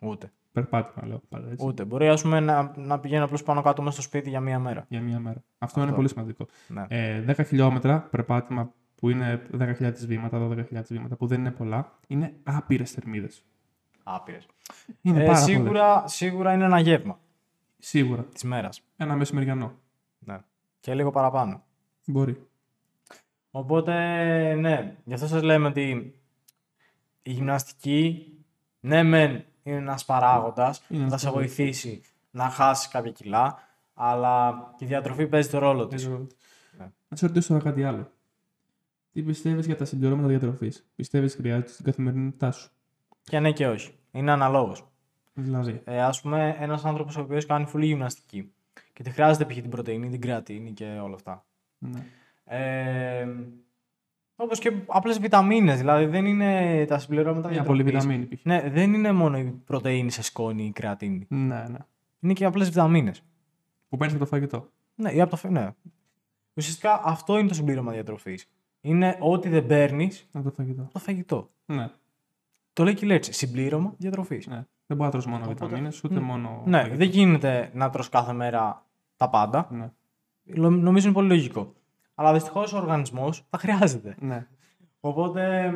Ούτε. Περπάτημα, λέω πάλι έτσι. Ούτε. Μπορεί ας πούμε, να, να πηγαίνω απλώς πάνω κάτω μέσα στο σπίτι για μία μέρα. Για μία μέρα. Αυτό, είναι Αυτό. πολύ σημαντικό. Ναι. Ε, 10 χιλιόμετρα περπάτημα που είναι 10.000 βήματα, 12.000 βήματα, που δεν είναι πολλά, είναι άπειρες θερμίδες. Άπειρες. Είναι Ε, πάρα πολλές. σίγουρα, σίγουρα είναι ένα γεύμα Σίγουρα. της μέρας. Ένα μεσημεριανό. Ναι. Και λίγο παραπάνω. Μπορεί. Οπότε, ναι, γι' αυτό σας λέμε ότι η γυμναστική, ναι, μεν είναι ένας παράγοντας Είναι που θα ένας σε παράγοντας. βοηθήσει να χάσεις κάποια κιλά, αλλά και η διατροφή παίζει το ρόλο της. Ναι. Να σε ρωτήσω τώρα κάτι άλλο. Τι πιστεύεις για τα συμπληρώματα διατροφής, Πιστεύεις χρειάζεται στην καθημερινότητά σου. Και ναι και όχι. Είναι αναλόγως. Δηλαδή. Ε, Ας πούμε, ένας άνθρωπος ο οποίος κάνει φουλή γυμναστική και τη χρειάζεται π.χ. την πρωτενη, την κρεατίνη και όλα αυτά. Ναι. Ε, Όπως και απλές βιταμίνες, δηλαδή δεν είναι τα συμπληρώματα Μια διατροφής. πολυβιταμίνη π.χ. Ναι, δεν είναι μόνο η πρωτενη σε σκόνη ή η κρεατίνη. Ναι, ναι. Είναι και απλές βιταμίνες. Που παίρνεις από το φαγητό. Ναι, ή από το φε- ναι. Ουσιαστικά αυτό είναι το συμπλήρωμα διατροφής. Είναι ό,τι δεν παίρνεις Από το φαγητό. το φαγητό. Ναι, Το λέει και η λέξη. Συμπλήρωμα διατροφής. ναι. Δεν μπορεί να τρως μόνο Οπότε- βιταμίνες, ούτε Μ, μόνο. Ναι, φαγητό. δεν γίνεται να τρως κάθε μέρα τα πάντα. Ναι. Λο- Νομίζω είναι πολύ λογικό. Αλλά δυστυχώς ο οργανισμός τα χρειάζεται. ναι. Οπότε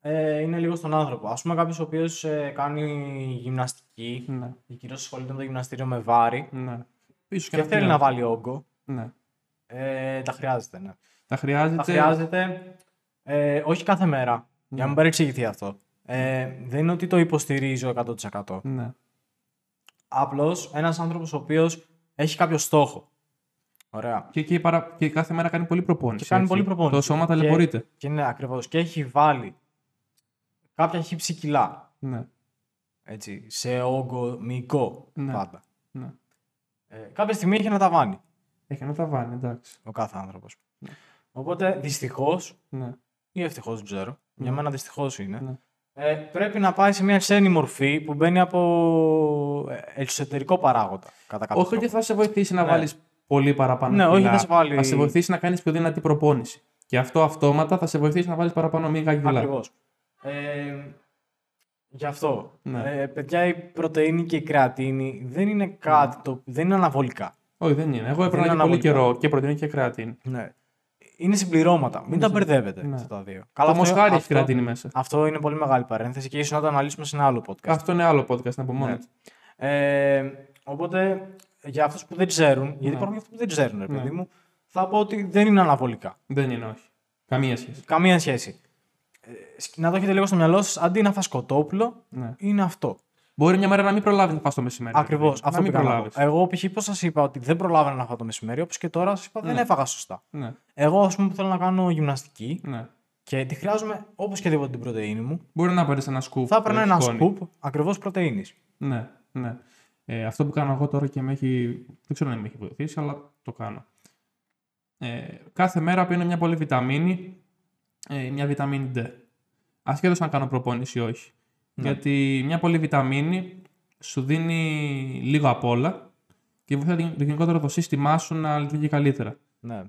ε, είναι λίγο στον άνθρωπο. Ας πούμε, κάποιος ο οποίος κάνει γυμναστική Ναι. ή κυρίως ασχολείται με το γυμναστήριο με βάρη Ναι. Ίσως και θέλει χρειάζεται. να βάλει όγκο, Ναι. ε, τα χρειάζεται. Ναι. Τα χρειάζεται. Τα χρειάζεται ε, όχι κάθε μέρα. Για να μην παρεξηγηθεί αυτό. Ε, δεν είναι ότι το υποστηρίζω 100%. Ναι. Απλώς ένας άνθρωπος ο οποίος έχει κάποιο στόχο. Ωραία. Και, και, παρα... και κάθε μέρα κάνει πολύ προπόνηση. Και κάνει έτσι. πολύ προπόνηση. Το σώμα Και- ταλαιπωρείται. Και ναι, ακριβώς. Και έχει βάλει κάποια χύψη κιλά. Ναι. Έτσι, σε όγκο μυϊκό Ναι. πάντα. ναι. Ε, κάποια στιγμή έχει ένα ταβάνι. Έχει ένα ταβάνι, εντάξει. ο κάθε άνθρωπος. Οπότε δυστυχώς Ναι. ή ευτυχώς, δεν ξέρω. Για Ναι. μένα δυστυχώς είναι. Ναι. Ε, πρέπει να πάει σε μια ξένη μορφή που μπαίνει από ε, εξωτερικό παράγοντα. Κατά κάποιο Όχι ότι τρόπο. θα σε βοηθήσει να Ναι. βάλεις πολύ παραπάνω Ναι, όχι, κιλά. θα σε βάλει- Θα σε βοηθήσει να κάνεις πιο δυνατή προπόνηση. Και αυτό αυτόματα θα σε βοηθήσει να βάλεις παραπάνω μίγα κιλά. Ακριβώς. Ε, γι' αυτό. Ναι. Ε, παιδιά, η πρωτενη και η κρεατίνη δεν είναι Ναι. κάτι το. δεν είναι αναβολικά. Όχι, δεν είναι. Εγώ Δεν έπαιρνα είναι για πολύ αναβολικά. καιρό και πρωτεΐνη και κρεατίνη. Ναι. Είναι συμπληρώματα. Μην τα μπερδεύετε ναι. αυτά τα δύο. Αλλά το αυτό- μοσχάρι έχει αυτό- κρεατίνη μέσα. Αυτό είναι πολύ μεγάλη παρένθεση και ίσως να το αναλύσουμε σε ένα άλλο podcast. Αυτό είναι άλλο podcast από μόνο Ναι. του. Ε, οπότε, για αυτούς που δεν ξέρουν, γιατί Ναι. υπάρχουν και αυτοί που δεν ξέρουν, ρε παιδί Ναι. μου, θα πω ότι δεν είναι αναβολικά. Δεν είναι, όχι. Καμία σχέση. Καμία σχέση. Ε, σκ- να το έχετε λίγο στο μυαλό σας, αντί να φας κοτόπουλο, Ναι. είναι αυτό. Μπορεί μια μέρα να μην προλάβεις να πα το μεσημέρι. Ακριβώ. Να Αυτό μην πήγα να προλάβει. πω. Εγώ, π.χ., πώς σας είπα ότι δεν προλάβαινα να φάω το μεσημέρι, όπως και τώρα σας είπα δεν Ναι. έφαγα σωστά. Ναι, Εγώ, ας πούμε, που θέλω να κάνω γυμναστική ναι. και τη χρειάζομαι όπως και τίποτα την πρωτενη μου, Μπορεί να παίρνει ένα σκουπ. θα έπαιρνα ε, ένα σκόνη. σκουπ ακριβώ πρωτενη. Ναι, ναι. Ε, αυτό που κάνω εγώ τώρα και με έχει. Δεν ξέρω αν με έχει βοηθήσει, αλλά το κάνω. Ε, κάθε μέρα πίνω μια πολύ βιταμίνη, ε, μια βιταμίνη D. Ασχέτως αν κάνω προπόνηση ή όχι. Ναι. Γιατί μια πολύ βιταμίνη σου δίνει λίγο απ' όλα και βοηθάει το γενικότερο το σύστημά σου να λειτουργεί καλύτερα. Ναι.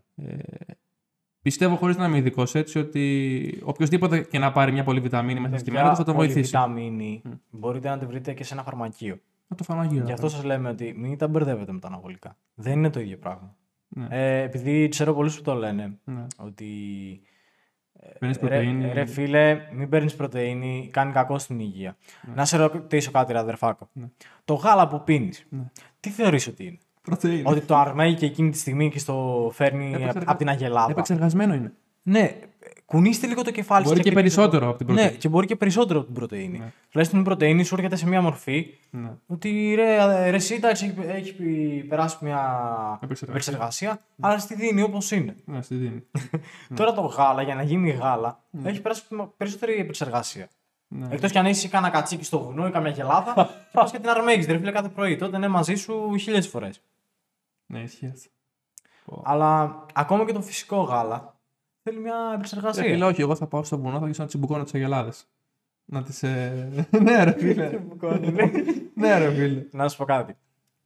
Πιστεύω χωρίς να είμαι ειδικός έτσι ότι οποιοδήποτε και να πάρει μια πολυβιταμίνη Ναι, μέσα στη μέρα του θα τον βοηθήσει. Βιταμίνη, μπορείτε να τη βρείτε και σε ένα φαρμακείο. Να το φανάγει. Γι' αυτό σας λέμε ότι μην τα μπερδεύετε με τα αναβολικά. Δεν είναι το ίδιο πράγμα. Ναι. Ε, επειδή ξέρω πολλούς που το λένε Ναι. ότι. Παίρνεις Ρε, πρωτενη. ρε φίλε, μην παίρνεις πρωτενη, κάνει κακό στην υγεία. Ναι. Να σε ρωτήσω κάτι, ρε αδερφάκο. Το γάλα που πίνεις, Ναι. τι θεωρείς ότι είναι. Πρωτεΐνη. ότι το αρμέγει και εκείνη τη στιγμή και στο φέρνει Επεξεργα- από την Αγελάδα. Επεξεργασμένο είναι. Ναι, κουνήστε λίγο το κεφάλι Μπορεί σας και κοιτάξτε- περισσότερο από την πρωτενη. Ναι, και μπορεί και περισσότερο από την πρωτενη. Ναι. Τουλάχιστον η πρωτενη σου έρχεται σε μια μορφή Ναι. ότι ρε, ρε σίτα, έτσι έχει, έχει πι- περάσει μια Επεξεργασία. επεξεργασία, αλλά στη δίνει όπως είναι. Ναι, στη δίνει. Ναι. Τώρα το γάλα, για να γίνει γάλα, έχει περάσει με περισσότερη επεξεργασία. Ναι. Εκτός κι αν έχεις κάνα κατσίκι στο βουνό ή καμιά γελάδα και πας και την αρμέγεις. Δεν φίλε κάθε πρωί. Τότε είναι μαζί σου χίλιες φορές. ναι, ισχύει αυτό. Αλλά ακόμα και το φυσικό γάλα θέλει μια επεξεργασία. Ε, Φίλε, όχι, εγώ θα πάω στο βουνό, θα αρχίσω να τσιμπουκώνω τις αγελάδες. Να τις. ναι, ρε φίλε. ναι, ρε φίλε. να σου πω κάτι.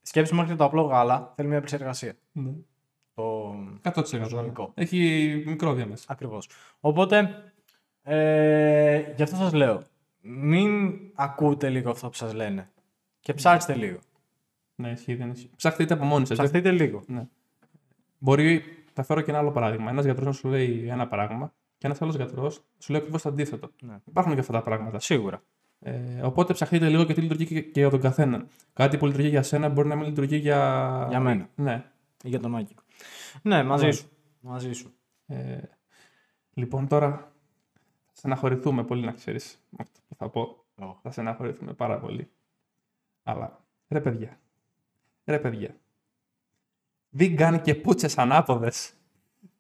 Σκέψη μου ότι το απλό γάλα θέλει μια επεξεργασία. Ναι. Το... 100%. Ζωικό. Έχει μικρόβια μέσα. Ακριβώς. Οπότε, ε, γι' αυτό σας λέω, μην ακούτε λίγο αυτό που σας λένε. Και ψάξτε λίγο. Ναι, ισχύει, δεν ισχύει. Ψάχτε είτε από μόνοι σας. Ψαχτείτε λίγο. Μπορεί, θα φέρω και ένα άλλο παράδειγμα. Ένας γιατρός να σου λέει ένα πράγμα και ένας άλλος γιατρός σου λέει ακριβώς το αντίθετο. Ναι. Υπάρχουν και αυτά τα πράγματα. Σίγουρα. Ε, οπότε ψαχτείτε λίγο και τι λειτουργεί και- και για τον καθένα. Κάτι που λειτουργεί για σένα μπορεί να μην λειτουργεί για. Για μένα. Ναι. Ή Για τον Άκη. Ναι, μαζί Ναι. σου. Μαζί σου. Ε, λοιπόν, τώρα θα στεναχωρηθούμε πολύ να ξέρεις αυτό που θα πω. Ω. Θα στεναχωρηθούμε πάρα πολύ. Αλλά ρε παιδιά. Ρε παιδιά. Vegan και πούτσες ανάποδες.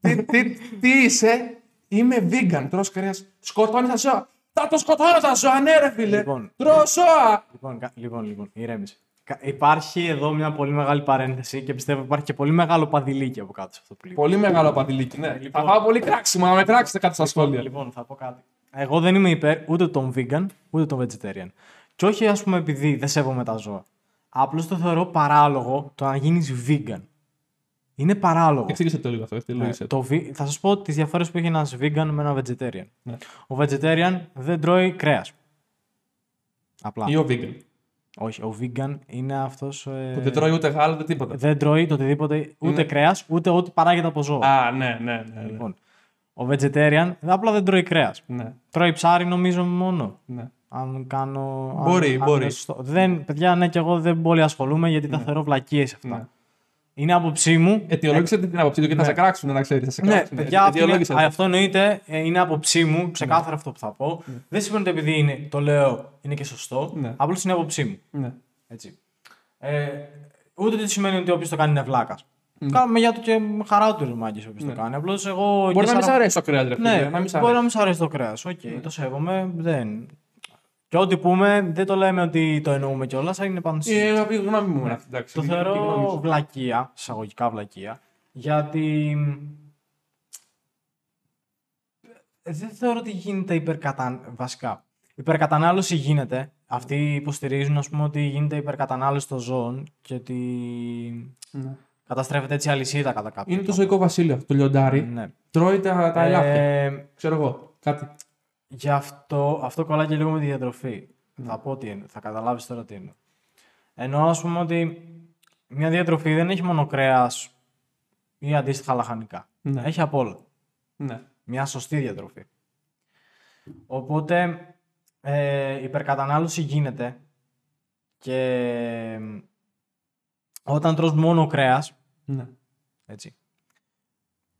τι, τι, τι είσαι, είμαι vegan. Τρώω κρέας. Σκοτώνει τα ζώα. Θα το σκοτώνω τα ζώα, ναι, ρε φίλε. Λοιπόν. Τρώω ζώα. Λοιπόν, κα- λοιπόν, λοιπόν, ηρέμησε. Κα- Υπάρχει εδώ μια πολύ μεγάλη παρένθεση και πιστεύω υπάρχει και πολύ μεγάλο παδιλίκι από κάτω σε αυτό που λέει. Πολύ μεγάλο παντιλίκι, ναι. Λοιπόν. Θα πάω πολύ κράξιμο, να με κράξετε κάτω στα σχόλια. Λοιπόν, θα πω κάτι. Εγώ δεν είμαι υπέρ ούτε των vegan ούτε των vegetarian. Και όχι, ας πούμε, επειδή δεν σέβομαι τα ζώα. Απλώς το θεωρώ παράλογο το να γίνεις vegan. Είναι παράλογο. Εξήγησε το λίγο αυτό, εξήγησε Ε, το. το vi- θα σας πω τις διαφορές που έχει ένας vegan με ένα vegetarian. Ναι. Ο vegetarian δεν τρώει κρέας. Απλά. Ή ο vegan. Όχι, ο vegan είναι αυτός. Που δεν τρώει ούτε γάλα ούτε τίποτα. δεν τρώει το οτιδήποτε, ούτε κρέας, ούτε ό,τι παράγεται από ζώα. Α, ναι, ναι, ναι. ναι. Λοιπόν, ο vegetarian απλά δεν τρώει κρέας. ναι, Τρώει ψάρι, νομίζω μόνο. ναι. Αν κάνω. Μπορεί, αν, μπορεί. Αν είναι σωστό. δεν, παιδιά, ναι, και εγώ δεν πολύ ασχολούμαι γιατί τα θεωρώ βλακίες αυτά. Ναι. Ε, Είναι άποψή μου. Αιτιολόγησε την άποψή του και θα σε κράξουν, να ξέρεις. Θα σε ναι, κράξουν. παιδιά, αυτό, είναι, Αιτιολόγησε α, το. αυτό εννοείται. ε, Είναι άποψή Ναι. μου. Ξεκάθαρα αυτό που θα πω. Δεν σημαίνει ότι επειδή είναι, το λέω είναι και σωστό. Ναι. Απλώς είναι άποψή μου. Ναι. Έτσι. Ε, ούτε ότι σημαίνει ότι όποιος το κάνει είναι βλάκας. Ναι. Κάνουμε για του και χαρά του ρημάκι όποιος το κάνει. Απλώς εγώ. Μπορεί να και μην σ' σαν- αρέσει το κρέας, ρε φίλε. Ναι, Να μην σ' αρέσει. μπορεί Ναι. να μην σ' αρέσει το κρέας. Οκ, το σέβομαι. Δεν. Και ό,τι πούμε, δεν το λέμε ότι το εννοούμε κιόλας, αλλά είναι πάνω στη Ε, να πει γνώμη μου, είναι αυτή, εντάξει. Το Είναι γνώμη θεωρώ σου. βλακεία, εισαγωγικά βλακεία, Γιατί δεν θεωρώ ότι γίνεται υπερκαταν... βασικά. Υπερκατανάλωση γίνεται. Αυτοί υποστηρίζουν ας πούμε, ότι γίνεται υπερκατανάλωση των ζώων και ότι Ναι. καταστρέφεται έτσι η αλυσίδα κατά κάποιο Είναι το τρόπο. ζωικό βασίλειο αυτό, το λιοντάρι. Ναι. Τρώει τα, τα ελάφια. Ε, Ξέρω εγώ. Κάτι. γι' αυτό, αυτό κολλάει και λίγο με τη διατροφή. Θα πω τι είναι, θα καταλάβεις τώρα τι είναι. Ενώ ας πούμε ότι μια διατροφή δεν έχει μόνο κρέας ή αντίστοιχα λαχανικά. Ναι. Έχει απ' όλα. Ναι. Μια σωστή διατροφή. Οπότε ε, η υπερκατανάλωση γίνεται και όταν τρως μόνο κρέας, ναι. έτσι,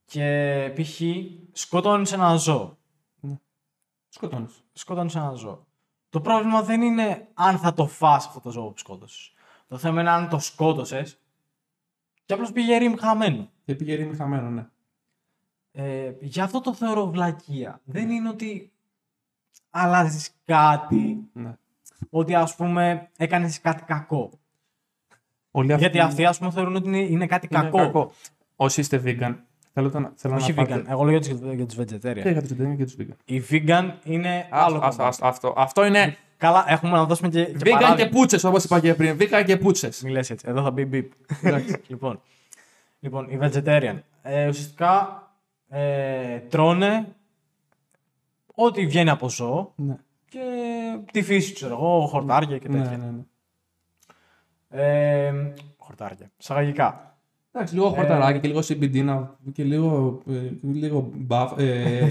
και π.χ. σκοτώνεις ένα ζώο, Σκοτώνεις. σκοτώνεις ένα ζώο. Το πρόβλημα δεν είναι αν θα το φας αυτό το ζώο που σκότωσες. Το θέμα είναι αν το σκότωσες και απλώς πήγε ρήμ χαμένο. Και πήγε ρήμη χαμένο, ναι. Ε, γι' αυτό το θεωρώ βλακεία. Δεν είναι ότι αλλάζεις κάτι, ναι. ότι ας πούμε έκανες κάτι κακό. Όλοι αυτοί Γιατί αυτοί ας πούμε θεωρούν ότι είναι, είναι κάτι είναι κακό. Όσοι είστε vegan, θέλω, να- θέλω Όχι να vegan. πάτε... Εγώ λέω για τους, για τους vegetarian. Και για τους vegan και τους vegan. Οι vegan είναι άλλο Άστο, άστο, κομμάτι. άστο, αυτό. Αυτό είναι Καλά, έχουμε να δώσουμε και, και vegan και παράδειγμα. πούτσες, όπως είπα και πριν. Vegan και πούτσες. Μη λες έτσι. Εδώ θα μπει μπιπ. λοιπόν. λοιπόν, οι vegetarian. Ε, ουσιαστικά ε, τρώνε ό,τι βγαίνει από ζώο Ναι. και τη φύση, ξέρω εγώ, χορτάρια και τέτοια. Ναι, ναι, ναι. Ε, χορτάρια. Σαγαγικά. Εντάξει, Ε. λίγο χορταράκι και λίγο CBD να- και λίγο, ε, λίγο μπαφ. ε,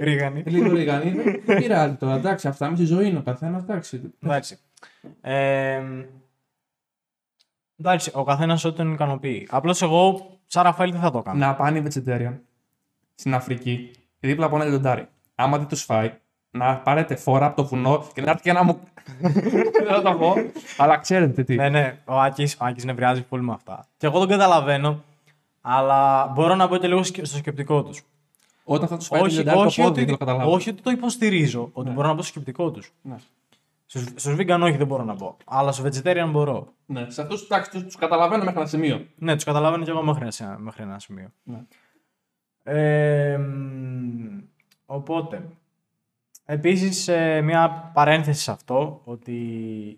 Ρίγανη. λίγο ρίγανη. Δεν πειράζει τώρα. Εντάξει, αυτά με στη ζωή είναι ο καθένας. Εντάξει. Εντάξει. Ε, εντάξει, ο καθένας ό,τι τον ικανοποιεί. Απλώς εγώ, σαν Ραφαήλ, δεν θα το κάνω. Να πάνε οι vegetarian στην Αφρική, δίπλα από ένα λιοντάρι. Άμα δεν τους φάει, να πάρετε φόρα από το βουνό και να έρθει και να μου. Δεν θα το πω. Αλλά ξέρετε τι. Ναι, ναι, ο Άκης ο Άκης νευριάζει πολύ με αυτά. Και εγώ τον καταλαβαίνω, αλλά μπορώ να μπω και λίγο σκε- στο σκεπτικό τους. Όταν θα τους φάει το Όχι, λιοντάρι, το όχι, πόδι ότι, δεν το καταλάβω. όχι ότι το υποστηρίζω, ότι μπορώ να μπω στο σκεπτικό τους. Ναι. Στους στους vegan όχι δεν μπορώ να μπω, αλλά στο vegetarian μπορώ. Ναι. Σε αυτούς του καταλαβαίνω μέχρι ένα σημείο. Ναι, τους καταλαβαίνω και εγώ μέχρι ένα, μέχρι ένα σημείο. Ναι. Ε, μ, οπότε, επίσης ε, μια παρένθεση σε αυτό, ότι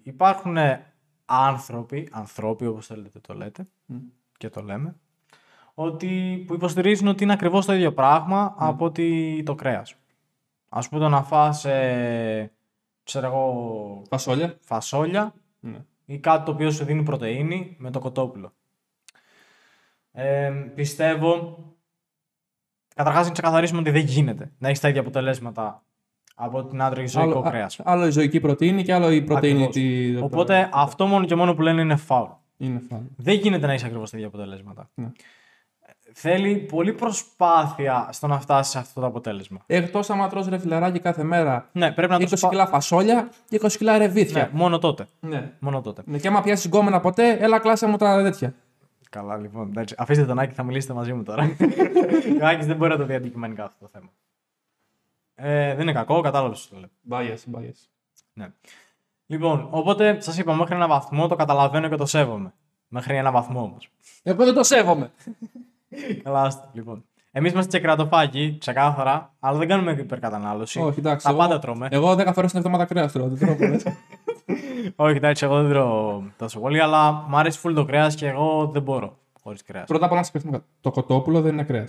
υπάρχουν ε, άνθρωποι, ανθρώποι όπως θέλετε το λέτε Μμ. και το λέμε, ότι, που υποστηρίζουν ότι είναι ακριβώς το ίδιο πράγμα από ότι το κρέας. Ας πούμε το να φας, ε, ξέρω εγώ, Φασόλια. φασόλια Ναι. ή κάτι το οποίο σου δίνει πρωτεΐνη με το κοτόπουλο. Ε, πιστεύω, καταρχάς να ξεκαθαρίσουμε ότι δεν γίνεται να έχεις τα ίδια αποτελέσματα από την άντρογη ζωικό α- κρέας. άλλο η ζωική πρωτεΐνη και άλλο η πρωτεΐνη. Ακριβώς. Τη... Οπότε αυτό μόνο και μόνο που λένε είναι φάουλ. Είναι φαν. Δεν γίνεται να έχει ακριβώς τα ίδια αποτελέσματα. Ναι. Θέλει πολλή προσπάθεια στο να φτάσει σε αυτό το αποτέλεσμα. Εκτός άμα τρως ρε φιλαράκι κάθε μέρα Ναι, πρέπει να 20 το σπα- κιλά φασόλια και 20 κιλά Ναι, ρεβίθια. μόνο τότε. Ναι. Μόνο τότε. ναι. Και άμα πιάσεις γκόμενα ποτέ, έλα κλάσε μου τα τέτοια. Καλά, λοιπόν. Εντάξει. Αφήστε τον Άκη, θα μιλήσετε μαζί μου τώρα. ο Άκης δεν μπορεί να το δει αντικειμενικά αυτό το θέμα. Ε, δεν είναι κακό, κατάλαβες το λέω. Bias, bias. Ναι. Λοιπόν, οπότε σας είπα μέχρι ένα βαθμό το καταλαβαίνω και το σέβομαι. Μέχρι ένα βαθμό όμως. Εγώ δεν το σέβομαι. Καλά, άστα, λοιπόν. Εμείς είμαστε και κρατοφάγοι, ξεκάθαρα, αλλά δεν κάνουμε υπερκατανάλωση. Όχι, εντάξει. Τα εγώ- πάντα τρώμε. Εγώ 10 φορές την εβδομάδα κρέας τρώω. Δεν τρώω πολλές. Όχι, εντάξει, εγώ δεν τρώω τόσο πολύ, αλλά μου αρέσει φουλ το κρέας και εγώ δεν μπορώ χωρίς κρέας. Πρώτα απ' όλα να σκεφτούμε κάτι. Το κοτόπουλο δεν είναι κρέας.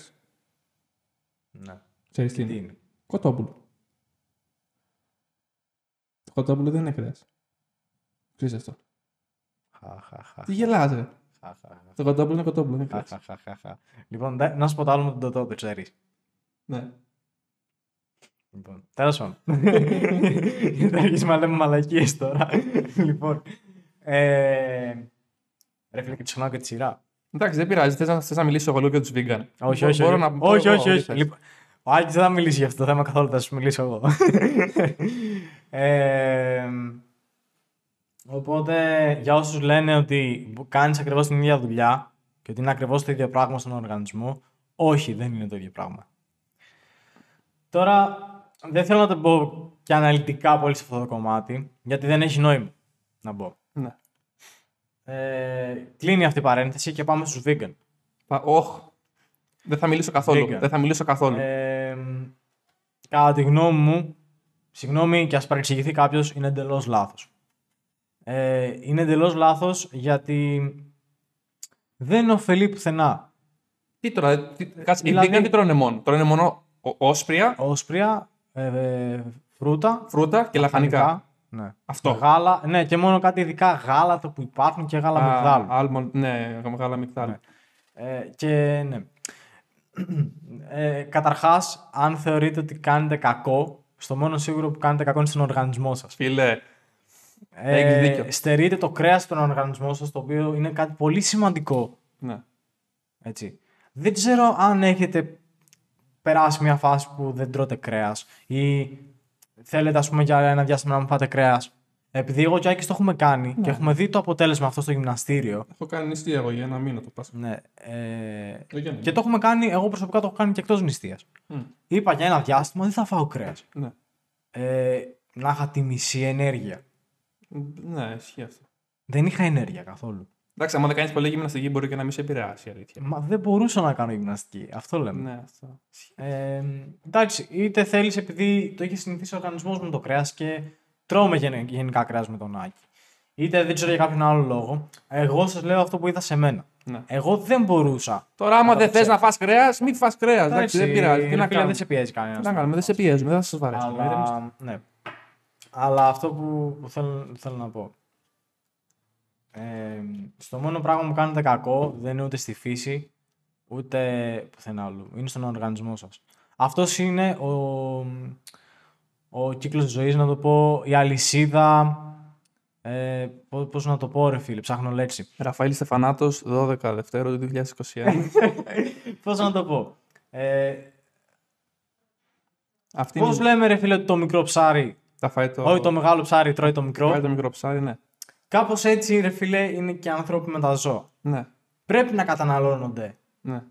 Ναι. Ξέρεις τι Τι είναι. είναι. Κοτόπουλο. Το κοτόπουλο δεν είναι κρέας. Ξέρεις αυτό. Χα, χα, χα, Τι γελάς, ρε. χα, χα, χα. Το κοτόπουλο είναι κοτόπουλο. Δεν είναι κρέας. Χαχαχαχα. Λοιπόν, δε- να σου πω το άλλο με τον Τωτό, το ξέρεις. Ναι. Λοιπόν, τέλος πάντων. Γιατί αρχίσουμε να λέμε μαλακίες τώρα. λοιπόν. Ε, ρε φίλε, και ξεχνάω και τη σειρά. Εντάξει, δεν πειράζει. Θες να, θες να μιλήσω εγώ λίγο για τους vegan. Όχι, Μπο- όχι. μπορώ όχι, να πω όχι, εγώ, όχι. ό,τι όχι. θες. Λοιπόν, ο Άκη δεν θα μιλήσει για αυτό το θέμα καθόλου, θα σου μιλήσω εγώ. ε, οπότε, για όσους λένε ότι κάνεις ακριβώς την ίδια δουλειά και ότι είναι ακριβώς το ίδιο πράγμα στον οργανισμό, όχι, δεν είναι το ίδιο πράγμα. Τώρα, δεν θέλω να το πω και αναλυτικά πολύ σε αυτό το κομμάτι, γιατί δεν έχει νόημα να μπω. Ναι. Ε, κλείνει αυτή η παρένθεση και πάμε στους vegan. Θα, όχ, δεν θα μιλήσω καθόλου. Βγήκα. Δεν θα μιλήσω καθόλου. Ε, κατά τη γνώμη μου, συγγνώμη και ας παρεξηγηθεί κάποιος, είναι εντελώς λάθος. Ε, είναι εντελώς λάθος γιατί δεν ωφελεί πουθενά. τι τώρα, τι, κάτσε, δηλαδή- οι Βίγκαν τι τρώνε μόνο. Τρώνε μόνο ο- όσπρια, Όσπρια, ε, φρούτα, φρούτα και λαχανικά. λαχανικά, ναι. Αυτό. γάλα, ναι και μόνο κάτι ειδικά γάλατα που υπάρχουν και γάλα Α, μυγδάλου. Almond, ναι, γάλα μυγδάλου. Ε, και ναι. Ε, καταρχάς, αν θεωρείτε ότι κάνετε κακό, στο μόνο σίγουρο που κάνετε κακό είναι στον οργανισμό σας. Φίλε, Ε, Έχεις δίκιο. Στερείτε το κρέας στον οργανισμό σας, το οποίο είναι κάτι πολύ σημαντικό. ναι. Έτσι. Δεν ξέρω αν έχετε περάσει μια φάση που δεν τρώτε κρέας ή θέλετε ας πούμε για ένα διάστημα να μην φάτε κρέας. Επειδή εγώ και ο Άκης το έχουμε κάνει και έχουμε δει το αποτέλεσμα αυτό στο γυμναστήριο. Έχω κάνει νηστεία εγώ για ένα μήνα το Πάσχα. Ναι, ε, Το Γιάννη. και το έχουμε κάνει, εγώ προσωπικά το έχω κάνει και εκτός νηστείας. Μμ, Είπα για ένα διάστημα δεν θα φάω κρέας. ναι. Ε, να είχα τη μισή ενέργεια. Μ, Ναι, ισχύει αυτό. Δεν είχα ενέργεια καθόλου. Εντάξει, άμα δεν κάνεις πολλή γυμναστική μπορεί και να μην σε επηρεάσει η αλήθεια. Ε, Μα δεν μπορούσα να κάνω γυμναστική. Αυτό λέμε. Ναι, αυτό. Ε, εντάξει, είτε θέλεις επειδή το έχει συνηθίσει ο οργανισμός μου το κρέας και τρώμε γεν- γενικά κρέας με τον Άκη. Είτε δεν ξέρω για κάποιον άλλο λόγο. Εγώ σας λέω αυτό που είδα σε μένα. Ναι. Εγώ δεν μπορούσα. Τώρα, άμα δεν θες ξέρω. να φας κρέας, μην φας κρέας. Εντάξει, δεν πειράζει. Τι ρε να φίλε, κάνουμε. Δεν σε πιέζει κανένας. Τι να κάνουμε, δεν σε πιέζουμε, δεν θα σας βαρέσουμε. ηρεμήστε. Αλλά, ναι. Αλλά αυτό που, που θέλω, θέλω να πω. Ε, στο μόνο πράγμα που κάνετε κακό δεν είναι ούτε στη φύση, ούτε πουθενά άλλου. Είναι στον οργανισμό σας. Αυτός είναι ο, ο κύκλος ζωής, να το πω, η αλυσίδα... Ε, πώς, πώς να το πω ρε φίλε, ψάχνω λέξη. Ραφαήλ Στεφανάτος, 12 Δευτέρου του 2021. πώς να το πω. Ε, Αυτή πώς είναι. λέμε ρε φίλε ότι το μικρό ψάρι, Τα φάει το. όχι το μεγάλο ψάρι τρώει το μικρό. φάει το μικρό ψάρι, ναι. Κάπως έτσι, ρε φίλε, είναι και οι άνθρωποι με τα ζώα. Ναι, Πρέπει να καταναλώνονται ναι.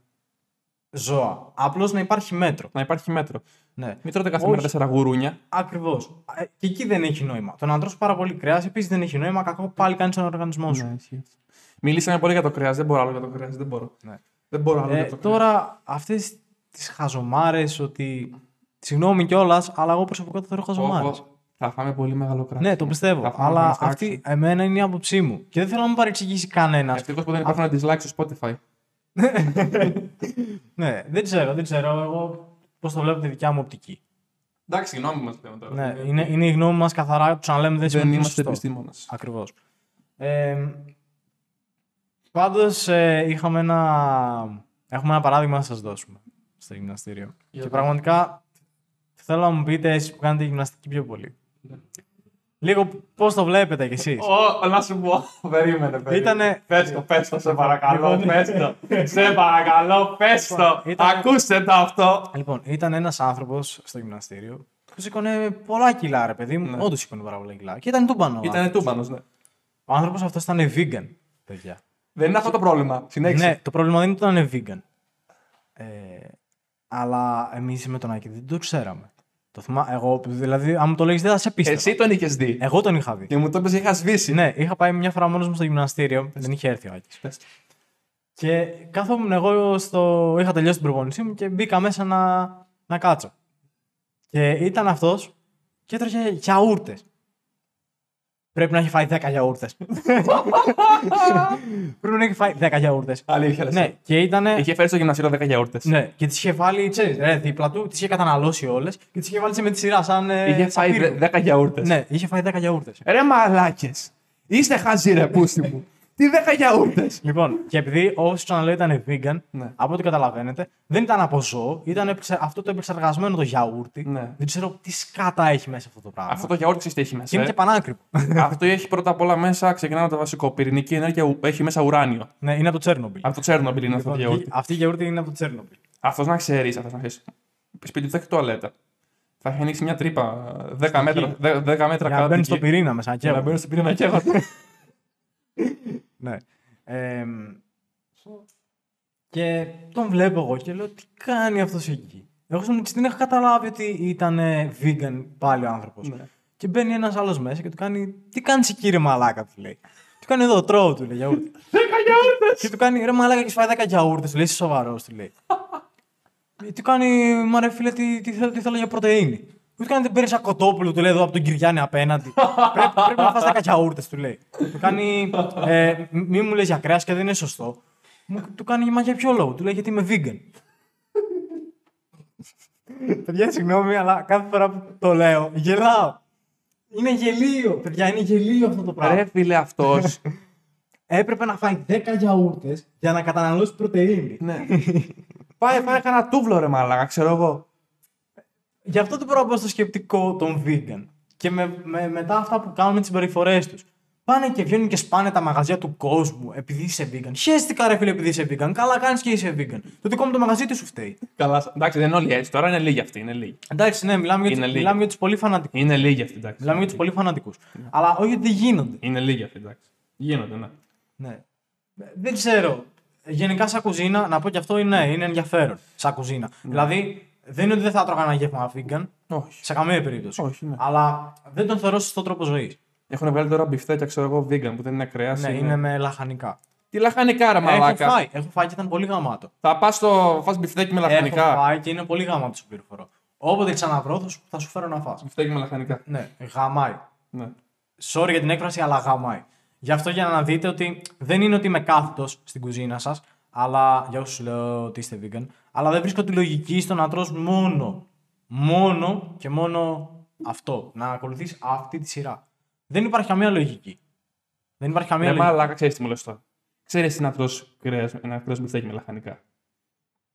ζώα. Απλώς να υπάρχει μέτρο. Να υπάρχει μέτρο. Ναι. Μην τρώτε κάθε Όχι. μέρα τέσσερα γουρούνια. Ακριβώς. Ε, Και εκεί δεν έχει νόημα. Το να τρως πάρα πολύ κρέας επίσης δεν έχει νόημα. Κακό πάλι κάνει τον οργανισμό σου. Ναι, ισχύει αυτό. Μιλήσαμε πολύ για το κρέας, δεν μπορώ άλλο για το κρέας. Δεν μπορώ. Ναι. Δεν μπορώ άλλο για Ε, το κρέας. τώρα, αυτές τις χαζομάρες ότι... Συγγνώμη κιόλας, αλλά εγώ προσωπικά το θεωρώ χαζομάρες. Θα φάμε πολύ μεγάλο κρέας. Ναι, το πιστεύω. Θα φάμε Αλλά πολύ κρέα. αυτή εμένα είναι η άποψή μου. Και δεν θέλω να μου παρεξηγήσει κανένας. Ευτυχώς που δεν υπάρχουν dislikes στο Spotify. Ναι, δεν ξέρω, δεν ξέρω. Εγώ πώς το βλέπω τη δικιά μου οπτική. Εντάξει, γνώμη μας λέμε τώρα. Ναι, είναι, είναι η γνώμη μας καθαρά. Τους αναλέμε δεν Δεν σημαίνει είμαστε επιστήμονες. Ακριβώς. Ε, Πάντως ε, είχαμε ένα. Έχουμε ένα παράδειγμα να σας δώσουμε στο γυμναστήριο. Για και το- πραγματικά θέλω να μου πείτε εσείς που κάνετε γυμναστική πιο πολύ. Ναι. Λίγο πώς το βλέπετε κι εσείς. Ω, να σου πω. Περίμενε, περίμενε. Ήτανε- Πες το, πες το, σε παρακαλώ, Λοιπόν, πες το. σε παρακαλώ, πες το. Λοιπόν, Ήτανε- Ακούστε το αυτό. Λοιπόν, ήταν ένας άνθρωπος στο γυμναστήριο που σήκωνε πολλά κιλά, ρε παιδί Ναι. μου. Όντως σήκωνε πάρα πολλά κιλά. Και ήταν τούμπανος. Ήταν τούμπανος, ναι. Ο άνθρωπος αυτός ήταν vegan, παιδιά. Δεν είναι αυτό το πρόβλημα. Συνέχισε. Ναι, το πρόβλημα δεν ήταν vegan. Ε, αλλά εμείς με τον Άκη δεν το ξέραμε. Το θυμά, εγώ, δηλαδή, αν μου το λέγεις δεν θα σε πίστευα. Εσύ τον είχες δει. Εγώ τον είχα δει. Και μου το έπαιζε, είχα σβήσει. Ναι, είχα πάει μια φορά μόνος μου στο γυμναστήριο. Δεν είχε έρθει ο Άκης. Πες το. Και κάθομουν εγώ στο. Είχα τελειώσει την προπόνησή μου και μπήκα μέσα να, να κάτσω. Και ήταν αυτός και έτρωγε γιαούρτες. Πρέπει να έχει φάει 10 γιαούρτες. Πρέπει να έχει φάει 10 γιαούρτε. Αλήθεια, λες. ναι, και ήταν. Είχε φέρει στο γυμνασίο 10 γιαούρτες. Ναι, και τις είχε βάλει, ξέρεις, ρε, δίπλα του, τις είχε καταναλώσει όλες και τις είχε βάλει σε με τη σειρά, σαν. ε, Είχε σαν πύργο. φάει 10 γιαούρτες. Ναι, είχε φάει 10 γιαούρτες. Ρε μαλάκες. Είστε χαζοί, ρε πούστη μου. Τι 10 γιαούρτες. Λοιπόν, και επειδή όσοι ξαναλέω ήταν vegan, Ναι. από ό,τι καταλαβαίνετε, δεν ήταν από ζώο, ήταν επεξε- αυτό το επεξεργασμένο το γιαούρτι. Ναι. Δεν ξέρω τι σκάτα έχει μέσα αυτό το πράγμα. Αυτό το γιαούρτι ξέρεις τι έχει Και μέσα. είναι ε. και πανάκριβο. Αυτό έχει πρώτα απ' όλα μέσα, ξεκινάμε το βασικό. Πυρηνική ενέργεια ου- έχει μέσα ουράνιο. ναι, είναι από το Τσέρνομπιλ. Από το Τσέρνομπιλ είναι αυτό το Λοιπόν, γιαούρτι. η- αυτή η γιαούρτι είναι από το Τσέρνομπιλ. Αυτός να ξέρεις, αυτός να ξέρεις. Σπίτι του θα έχει τουαλέτα. Θα έχει ανοίξει μια τρύπα 10 μέτρα, 10 μέτρα Για να μπαίνεις κάτω. στο εκεί. πυρήνα μέσα. να Για να καίγονται. μπαίνω στην πυρήνα και έχω. Ναι. Ε, και τον βλέπω εγώ και λέω τι κάνει αυτός εκεί. Εγώ στον την έχω καταλάβει ότι ήταν ε, vegan πάλι ο άνθρωπος. Ναι. Και μπαίνει ένας άλλος μέσα και του κάνει Τι κάνεις εκεί, κύριε Μαλάκα, του λέει. Του κάνει εδώ, τρώω, του λέει γιαούρτι. Δέκα γιαούρτες! Και του κάνει ρε μαλάκα και φάει 10 γιαούρτες. Του λέει είσαι σοβαρός, του λέει. Ε, του κάνει μα ρε φίλε, τι, τι, θέλω, τι θέλω για πρωτενη. Του κάνει δεν παίρνει ένα κοτόπουλο, του λέει εδώ από τον Κυριάννη απέναντι. πρέπει, πρέπει να φας 10 γιαούρτε, του λέει. Του κάνει ε, μη μου λες για κρέας και δεν είναι σωστό. Μου, του κάνει μα για ποιο λόγο, του λέει γιατί είμαι vegan. Παιδιά, συγγνώμη, αλλά κάθε φορά που το λέω, γελάω. Είναι γελίο, παιδιά, είναι γελίο αυτό το πράγμα Ρε φίλε αυτός. έπρεπε να φάει 10 γιαούρτες για να καταναλώσει πρωτενη. ναι. Πάει, φάει κανένα τούβλο ρε μαλάκα, ξέρω εγώ. Γι' αυτό το πρόβλημα στο σκεπτικό των vegan. Και με, με- μετά αυτά που κάνουν με τι συμπεριφορές τους. Πάνε και βγαίνουν και σπάνε τα μαγαζιά του κόσμου επειδή είσαι vegan. Χαίστηκα ρε φίλε επειδή είσαι vegan. Καλά κάνεις και είσαι vegan. Το δικό μου το μαγαζί τι σου φταίει. Καλά, εντάξει, δεν είναι όλοι έτσι. Τώρα είναι λίγοι αυτοί. Είναι λίγοι. Εντάξει, ναι, μιλάμε για, Είναι τους, λίγοι. μιλάμε για τους πολύ φανατικούς. Είναι λίγοι αυτοί, εντάξει. Μιλάμε για τους πολύ φανατικούς. Αλλά όχι ότι δεν γίνονται. Είναι λίγοι αυτοί, εντάξει. Γίνονται, ναι. Ναι. Ε, Δεν ξέρω. Γενικά σαν κουζίνα, να πω και αυτό, ναι, είναι ενδιαφέρον. Σαν κουζίνα. Δηλαδή, δεν είναι ότι δεν θα τρώγα ένα γεύμα vegan. Όχι. Σε καμία περίπτωση. Όχι, ναι. Αλλά δεν τον θεωρώ σωστό τρόπο ζωής. Έχουν βγάλει τώρα μπιφτέκια, ξέρω εγώ, vegan που δεν είναι κρέας. Ναι, είναι με λαχανικά. Ε, Τι λαχανικά, ρε μαλάκα. Έχω φάει, έχω φάει και ήταν πολύ γαμάτο. Θα πας στο φας μπιφτέκι με Έχω λαχανικά. φάει και είναι πολύ γαμάτο σου πληροφορώ. Όποτε ξαναβρω, θα σου, θα σου φέρω να φας. Μπιφτέκι με λαχανικά. Ναι, γαμάει. Ναι. Sorry για την έκφραση, αλλά γαμάει. Γι' αυτό για να δείτε ότι δεν είναι ότι είμαι κάθετος στην κουζίνα σας, αλλά για όσους λέω ότι είστε vegan, αλλά δεν βρίσκω τη λογική στο να τρως μόνο, μόνο και μόνο αυτό. Να ακολουθείς αυτή τη σειρά. Δεν υπάρχει καμία λογική. Δεν υπάρχει καμία Ναι, λογική. μαλάκα, ξέρεις τι μου λες τώρα. Ξέρεις τι να τρως κρέας, ένα κρέας μπιφτέκι με λαχανικά.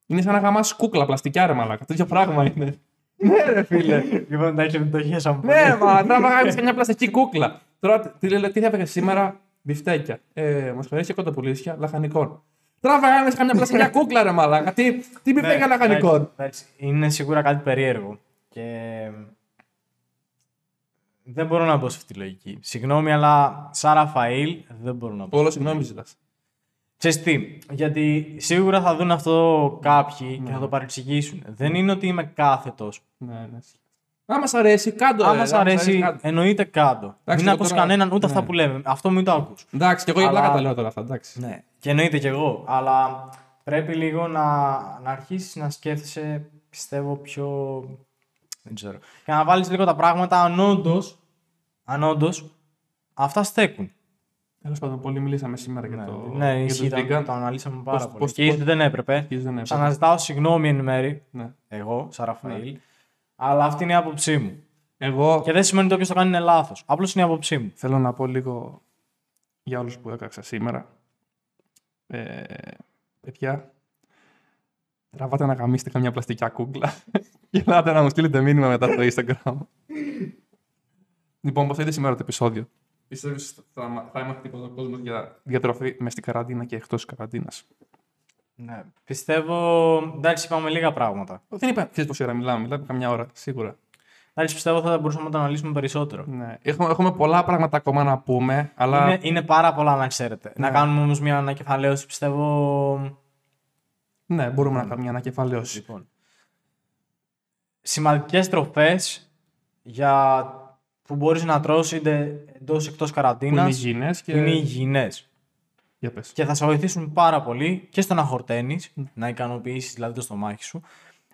Είναι σαν να γαμά κούκλα, πλαστικά ρε μαλάκα. Τέτοιο πράγμα είναι. ναι, ρε φίλε. Λοιπόν, εντάξει, μην το χέσαμε. Ναι, μα θα βγάλει μια πλαστική κούκλα. Τώρα τι, τι, τι θα έφεγε σήμερα, μπιφτέκια. Ε, μοσχαρίσια, κοτοπουλίσια, λαχανικών. Τώρα βγάλει καμιά πλαστική κούκλα, ρε μαλάκα. Τι, τι Ναι, μπιφτέκια λαχανικών. εντάξει, εντάξει. Είναι σίγουρα κάτι περίεργο. Και. Δεν μπορώ να μπω σε αυτή τη λογική. Συγγνώμη, αλλά σαν Ραφαήλ δεν μπορώ να μπω. Όλο συγγνώμη ζητάς. Ξέρεις τι, γιατί σίγουρα θα δουν αυτό κάποιοι και θα το παρεξηγήσουν. Δεν είναι ότι είμαι κάθετος. Ναι, ναι. Άμα σ' αρέσει, ε, κάτω. Άμα σ' αρέσει, εννοείται κάτω. Εντάξει, μην εγώ ακούς τώρα- κανέναν ούτε ναι. αυτά που λέμε. Αυτό μην το ακούς. Εντάξει, και εγώ για Αλλά- πλάκα τα λέω τώρα αυτά. Εντάξει. Ναι. Και εννοείται κι εγώ. Αλλά πρέπει λίγο να, να αρχίσεις να σκέφτεσαι, πιστεύω, πιο... Δεν ξέρω. Και να βάλεις λίγο τα πράγματα αν όντως, αν όντως αυτά στέκουν. Τέλος πάντων, πολύ μιλήσαμε σήμερα για το. ναι, για το ισχύει, vegan. ήταν- το αναλύσαμε πάρα Πώς- πολύ. πώς- και πώς- ίσως δεν έπρεπε. ίσως δεν έπρεπε. Σας αναζητάω συγγνώμη εν μέρη, Ναι. εγώ, σαν Ραφαήλ. Αλλά αυτή είναι η άποψή μου. Εγώ Και δεν σημαίνει ότι όποιο το κάνει είναι λάθος. Απλώς είναι η άποψή μου. θέλω να πω λίγο για όλους που έκαξα σήμερα. Ε, παιδιά, τραβάτε να γαμίσετε καμιά πλαστικιά κούκλα. Γελάτε να μου στείλετε μήνυμα μετά στο Instagram. λοιπόν, πώς είδε σήμερα το επεισόδιο. Πιστεύεις ότι θα, θα είμαστε τίποτα κόσμο για διατροφή μες στην καραντίνα και εκτός της καραντίνας. Ναι. Πιστεύω. Εντάξει, είπαμε λίγα πράγματα. Δεν είπα, ξέρεις πόση ώρα μιλάμε, μιλάμε καμιά ώρα, σίγουρα. Εντάξει, πιστεύω θα μπορούσαμε να το αναλύσουμε περισσότερο. Ναι. Έχουμε, έχουμε πολλά πράγματα ακόμα να πούμε, αλλά... Είναι, είναι πάρα πολλά να ξέρετε. Να κάνουμε όμως μια ανακεφαλαίωση, πιστεύω. Ναι, μπορούμε να κάνουμε μια ανακεφαλαίωση. Λοιπόν. Σημαντικές τροφέ για... που μπορείς να τρώσει είτε εντός εκτός Που είναι καραντίνα. υγιεινές και... Είναι υγιεινές. Για πες. και θα σε βοηθήσουν πάρα πολύ και στο να χορταίνεις, να ικανοποιήσεις δηλαδή το στομάχι σου,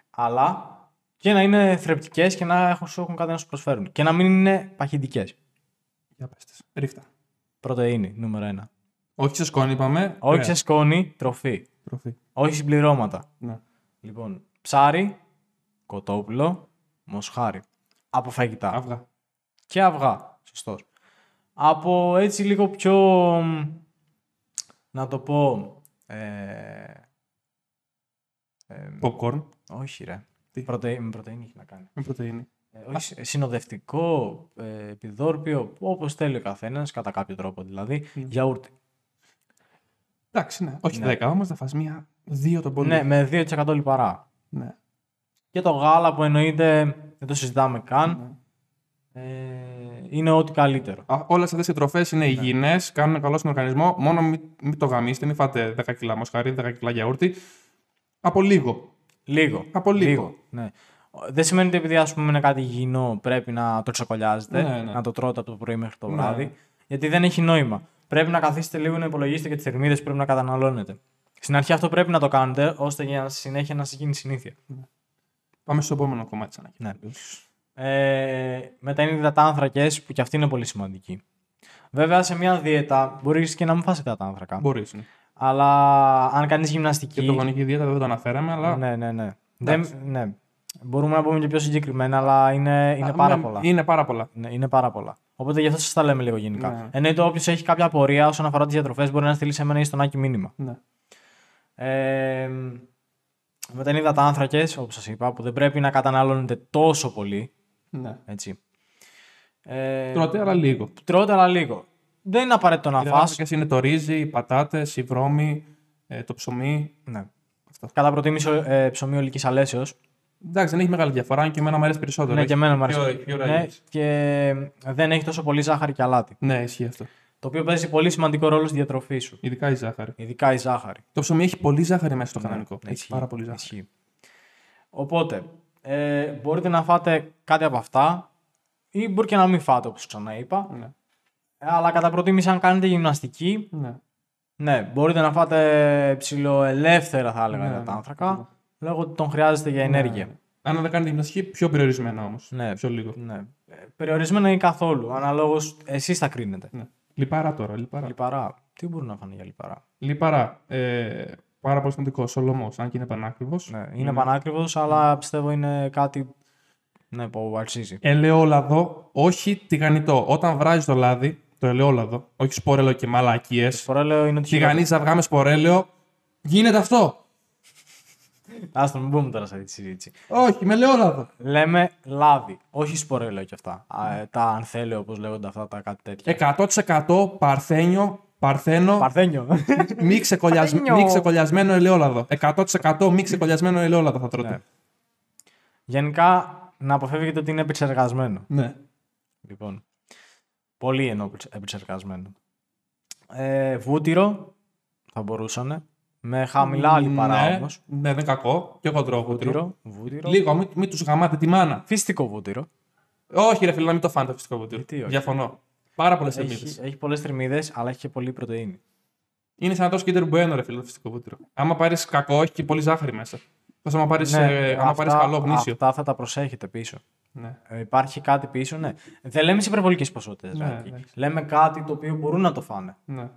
αλλά και να είναι θρεπτικές και να έχουν, σου έχουν κάτι να σου προσφέρουν. Και να μην είναι παχυντικές. Για πες τις. Ρίχτα. Πρωτεΐνη, νούμερο ένα. Όχι σε σκόνη, είπαμε. Όχι Ωραία. σε σκόνη, τροφή. Τροφή. Όχι συμπληρώματα. Ναι. Λοιπόν, ψάρι, κοτόπουλο, μοσχάρι. Από φαγητά. Αυγά. Και αυγά. Σωστός. Από έτσι λίγο πιο. μ, Να το πω. Ε, Popcorn. όχι, ρε. Τι? Πρωτεΐ- με πρωτεΐνη έχει να κάνει. Με πρωτεΐνη. Ε, όχι, συ- συνοδευτικό, ε, επιδόρπιο, όπως θέλει ο καθένας, κατά κάποιο τρόπο δηλαδή. Γιαούρτι. Εντάξει, ναι. Όχι Ναι. 10 όμως, θα φας μία. Δύο τον πολύ. Ναι, με 2% λιπαρά. ναι. Και το γάλα που εννοείται δεν το συζητάμε καν. Ναι. Ε, είναι ό,τι καλύτερο. Α, όλες αυτές οι τροφές Ναι. είναι υγιεινές, κάνουν καλό στον οργανισμό. Μόνο μην, μην το γαμίσετε, μην φάτε 10 κιλά μοσχαρί, 10 κιλά γιαούρτι. Από λίγο. Λίγο. Από λίγο. Ναι. Δεν σημαίνει ότι επειδή ας πούμε είναι κάτι υγιεινό πρέπει να το ξοκολιάζετε, Ναι, ναι. να το τρώτε από το πρωί μέχρι το Ναι. βράδυ. Γιατί δεν έχει νόημα. πρέπει να καθίσετε λίγο να υπολογίσετε και τις θερμίδες που πρέπει να καταναλώνετε. Στην αρχή αυτό πρέπει να το κάνετε, ώστε για να συνέχεια να σας γίνει συνήθεια. Πάμε στο επόμενο κομμάτι της ανακοίνωσης. Ναι. Ε, μετά είναι οι υδατάνθρακε, που και αυτή είναι πολύ σημαντική. Βέβαια, σε μια δίαιτα μπορείς και να μην φας υδατάνθρακα. Μπορείς, ναι. Αλλά αν κάνεις γυμναστική. Και το γονική δίαιτα δεν το αναφέραμε, αλλά Ναι, ναι, ναι. Δεν, ναι. Μπορούμε να πούμε και πιο συγκεκριμένα, αλλά είναι, είναι Α, πάρα ναι, πολλά. Είναι πάρα πολλά. Ναι, είναι πάρα πολλά. Οπότε γι' αυτό σας τα λέμε λίγο γενικά. Ναι. Εννοείται όποιος έχει κάποια απορία όσον αφορά τις διατροφές μπορεί να στείλει σε μένα ή στον Άκη μήνυμα. Ναι. Ε, μετά είναι οι υδατάνθρακε, όπως σας είπα, που δεν πρέπει να καταναλώνετε τόσο πολύ. ναι. Έτσι. Ε, Τρώτε, αλλά λίγο. τρώτε, αλλά λίγο. Δεν είναι απαραίτητο να Οι φας. δάσκες είναι το ρύζι, οι πατάτες, η βρώμη, ε, το ψωμί. Ναι. Αυτά. Κατά προτίμηση ε, ψωμί ολικής αλέσεως. Εντάξει, δεν έχει μεγάλη διαφορά, αν και εμένα μου αρέσει περισσότερο. Ναι, Έχει και εμένα μου πιο- αρέσει. πιο ωραία ναι, γεύση. και δεν έχει τόσο πολύ ζάχαρη και αλάτι. ναι, ισχύει αυτό. Το οποίο παίζει πολύ σημαντικό ρόλο στη διατροφή σου. Ειδικά η ζάχαρη. Ειδικά η ζάχαρη. Το ψωμί έχει πολύ ζάχαρη μέσα στο κανονικό. Ναι, Έχει ισχύει, πάρα πολύ ζάχαρη. ισχύει. Οπότε, ε, μπορείτε να φάτε κάτι από αυτά ή μπορεί και να μην φάτε όπως ξαναείπα. Ε, Ναι. Αλλά κατά προτίμηση αν κάνετε γυμναστική, Ναι. ναι, μπορείτε να φάτε ψηλοελεύθερα θα έλεγα Ναι, τα ναι, άνθρακα, λόγω ότι τον χρειάζεστε για ενέργεια. Ναι. Αν δεν κάνετε γυμναστική, πιο περιορισμένα όμως. Ναι. Πιο λίγο. Ε, Περιορισμένα ή καθόλου, αναλόγως εσείς θα κρίνετε. Ναι. Λιπαρά τώρα. Ναι. Λιπαρά. Λιπαρά. Τι μπορούν να φάνε για λιπαρά. Λιπαρά. Ε, πάρα πολύ σημαντικό. Σολομός, αν και είναι πανάκριβος. Ναι, είναι πανάκριβος, αλλά πιστεύω είναι κάτι ναι, που αξίζει. Ελαιόλαδο, όχι τηγανιτό. Όταν βράζει το λάδι, το ελαιόλαδο, όχι σπορέλαιο και μαλακίες. Φορά λέω είναι ότι Τηγανίζει αυγά με σπορέλαιο. Γίνεται αυτό. Άστο, μην μπούμε τώρα σε αυτή τη συζήτηση. Όχι, με ελαιόλαδο. Λέμε λάδι, όχι σπορέλαιο και αυτά. Α, ε, τα ανθέλαιο, όπως λέγονται αυτά, τα κάτι Ε, τέτοια. 100% παρθένιο, παρθένο, Παρθένιο. μη, ξεκολιασ... Παρθένιο. μη ξεκολιασμένο ελαιόλαδο. 100% μη ξεκολιασμένο ελαιόλαδο θα τρώτε. Γενικά, να αποφεύγετε ότι είναι επεξεργασμένο. Ναι. Λοιπόν. Πολύ εννοώ επεξε- επεξεργασμένο. Ε, βούτυρο θα μπορούσαν. Με χαμηλά λιπαρά ναι, όμως. Ναι, δεν κακό. Και εγώ τρώω βούτυρο. Βούτυρο. βούτυρο. Λίγο, μην, μην τους γαμάτε τη μάνα. Φυστικό βούτυρο. Όχι, ρε φίλε, να μην το φάνε το φυσικό βούτυρο. Γιατί όχι. Διαφωνώ. Πάρα πολλές θερμίδες. Έχει, έχει πολλές θερμίδες, αλλά έχει και πολλή πρωτενη. Είναι σαν να τρώσει κίντερ μπουένο, ρε φίλε, το φυσικό βούτυρο. Άμα πάρεις κακό, έχει και πολύ ζάχαρη μέσα. Πώς άμα πάρεις Ναι, αυτά- καλό γνήσιο. Αυτά θα τα προσέχετε πίσω. Ναι. Ε, υπάρχει κάτι πίσω, ναι. Δεν λέμε σε υπερβολικές ποσότητες. Ναι, εντάξει. λέμε κάτι το οποίο μπορούν να το φάνε. ναι.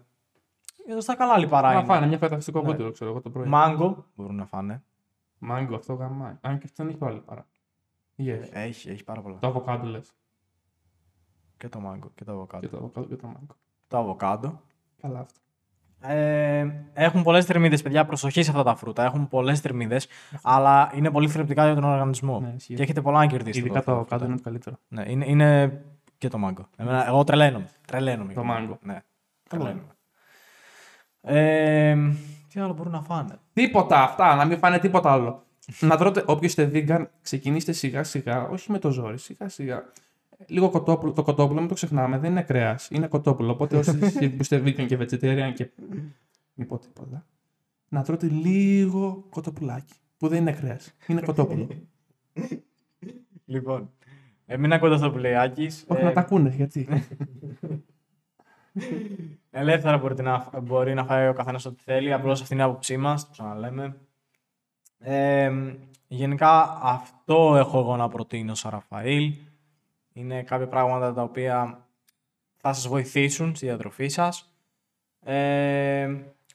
Εδώ στα καλά λιπαρά Να είναι. Ναι. φάνε μια φέτα φυσικό βούτυρο, ξέρω εγώ το πρωί. Μάγκο μπορούν να φάνε. Μάγκο, αυτό γαμάει. Αν και αυτό δεν έχει πάλι παρά. Ή έχει. Έχει, έχει πάρα πολλά. Το αβοκάντο λες. Και το μάγκο και το Και αβοκάντο. το αβοκάντο και το μάγκο. Το αβοκάντο. Καλά αυτό. Ε, έχουν πολλές θερμίδες, παιδιά. Προσοχή σε αυτά τα φρούτα. Έχουν πολλές θερμίδες, αλλά είναι πολύ θρεπτικά για τον οργανισμό. Ναι, ισχύει. και έχετε πολλά να κερδίσετε. Ειδικά το από αυτά τα αβοκάντο φρούτα. είναι το καλύτερο. Ναι, είναι, είναι και το μάγκο. Εμένα, εγώ τρελαίνομαι. Τρελαίνομαι. Το μάγκο. Ναι. Τρελαίνομαι. Ε, τι άλλο μπορούν να φάνε. Τίποτα αυτά, να μην φάνε τίποτα άλλο. να τρώτε, όποιος είστε vegan, ξεκινήστε σιγά σιγά, όχι με το ζόρι, σιγά σιγά. Λίγο κοτόπουλο. Το κοτόπουλο μην το ξεχνάμε, δεν είναι κρέας. Είναι κοτόπουλο. Οπότε όσοι είστε- που είστε vegan και vegetarian και. Μην πω τίποτα. Να τρώτε λίγο κοτοπουλάκι. Που δεν είναι κρέας. Είναι κοτόπουλο. Λοιπόν, ε, μην ακούτε αυτό που λέει Άκης. όχι Ε, να τα ακούνε, γιατί. Ελεύθερα μπορείτε να, φ- μπορεί να φάει ο καθένας ό,τι θέλει. Απλώς αυτή είναι η άποψή μας. Το ξαναλέμε. Ε, γενικά αυτό έχω εγώ να προτείνω σαν Ραφαήλ. Είναι κάποια πράγματα τα οποία θα σας βοηθήσουν στη διατροφή σας. Ε,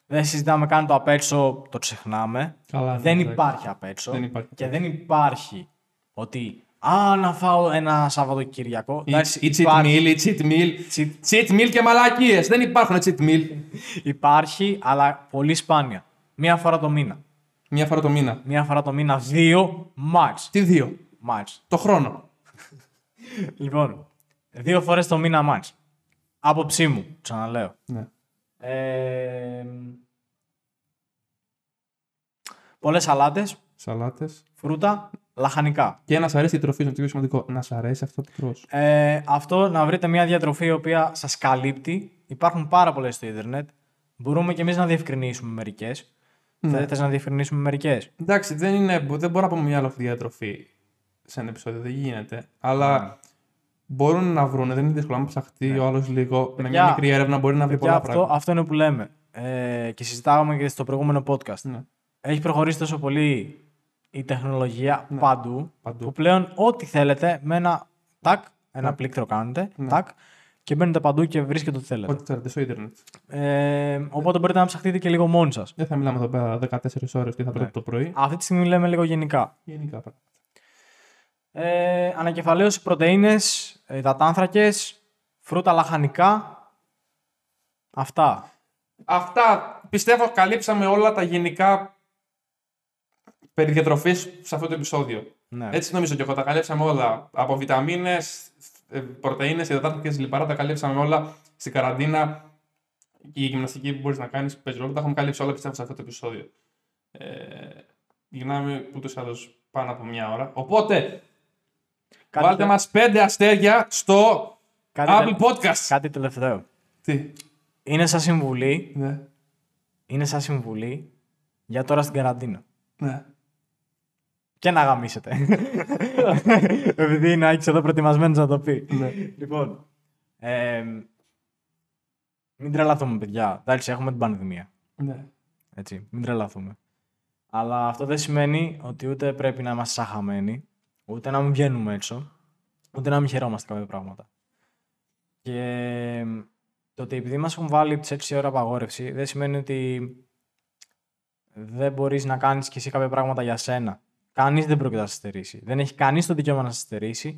δεν συζητάμε καν το απ' έξω, το ξεχνάμε. Καλά, ναι, δεν εντάξει. υπάρχει απ' έξω. Δεν υπάρχει απ' και έξω. δεν υπάρχει ότι «Α, να φάω ένα Σαββατοκυριακό». Εντάξει, Ή cheat υπάρχει. meal, ή cheat meal. Cheat- Cheat meal και μαλακίες. Δεν υπάρχουν cheat meal. Υπάρχει, αλλά πολύ σπάνια. Μία φορά το μήνα. Μία φορά το μήνα. Μία φορά το μήνα, δύο max. Τι δύο. Max. Το χρόνο. Λοιπόν, δύο φορές το μήνα max. Άποψή μου, ξαναλέω. Ναι. Ε, πολλές σαλάτες, Σαλάτες. φρούτα, λαχανικά. Και να σ' αρέσει η τροφή, είναι το πιο σημαντικό. Να σ' αρέσει αυτό που τρως. Ε, αυτό να βρείτε μια διατροφή η οποία σας καλύπτει. Υπάρχουν πάρα πολλές στο ίντερνετ. Μπορούμε και εμείς να διευκρινίσουμε μερικές. Θέλετε να διευκρινίσουμε μερικές. Εντάξει, Ναι. δεν, είναι, δεν μπορώ να πω μια ολόκληρη διατροφή σε ένα επεισόδιο, δεν γίνεται. Αλλά μπορούν να βρουν, δεν είναι δύσκολο. Αν ψαχτεί ο άλλος λίγο, με μια Παιδιά, μικρή έρευνα μπορεί να βρει Παιδιά, πολλά αυτό, πράγματα. αυτό είναι που λέμε. Ε, και συζητάγαμε και στο προηγούμενο podcast. Ναι. Έχει προχωρήσει τόσο πολύ η τεχνολογία παντού, Ναι. Παντού. Ναι. που πλέον ό,τι θέλετε με ένα τάκ, ένα πλήκτρο κάνετε, τάκ, και μπαίνετε παντού και βρίσκετε ό,τι θέλετε. Ό,τι θέλετε στο Ιντερνετ. Ε, οπότε μπορείτε να ψαχτείτε και λίγο μόνοι σας. Δεν θα μιλάμε εδώ πέρα 14 ώρες και θα Ναι. πρέπει το πρωί. Αυτή τη στιγμή λέμε λίγο γενικά. Γενικά πράγματα. Ε, ανακεφαλαίωση πρωτεΐνες, ε, υδατάνθρακες, φρούτα, λαχανικά. Αυτά. Αυτά πιστεύω καλύψαμε όλα τα γενικά περί διατροφής σε αυτό το επεισόδιο. Ναι. Έτσι νομίζω και εγώ. Τα καλύψαμε όλα. Από ε, βιταμίνε, πρωτενε, υδατάρτικε, λιπαρά, τα καλύψαμε όλα στην καραντίνα. Και η γυμναστική που μπορείς να κάνεις, παίζει ρόλο. Τα έχουμε καλύψει όλα πιστεύω σε αυτό το επεισόδιο. Ε, γυρνάμε ούτως ή άλλως πάνω από μια ώρα. Οπότε, Κάτι βάλτε τε- μα 5 αστέρια στο κάτι Apple τε- Podcast. Κάτι τελευταίο. Τι. Είναι σαν συμβουλή, Ναι. είναι σαν συμβουλή για τώρα στην καραντίνα. ναι. Και να γαμίσετε. Επειδή είναι άκουσα εδώ προετοιμασμένος να το πει. Ναι. Λοιπόν, ε, μην τρελαθούμε παιδιά. Εντάξει, έχουμε την πανδημία. ναι. Έτσι, μην τρελαθούμε. Αλλά αυτό δεν σημαίνει ότι ούτε πρέπει να είμαστε σαν χαμένοι, ούτε να μην βγαίνουμε έξω, ούτε να μην χαιρόμαστε κάποια πράγματα. Και το ότι επειδή μας έχουν βάλει τις 6 ώρα απαγόρευση, δεν σημαίνει ότι δεν μπορείς να κάνεις και εσύ κάποια πράγματα για σένα. Κανείς δεν πρόκειται να σε στερήσει. Δεν έχει κανείς το δικαίωμα να σε στερήσει.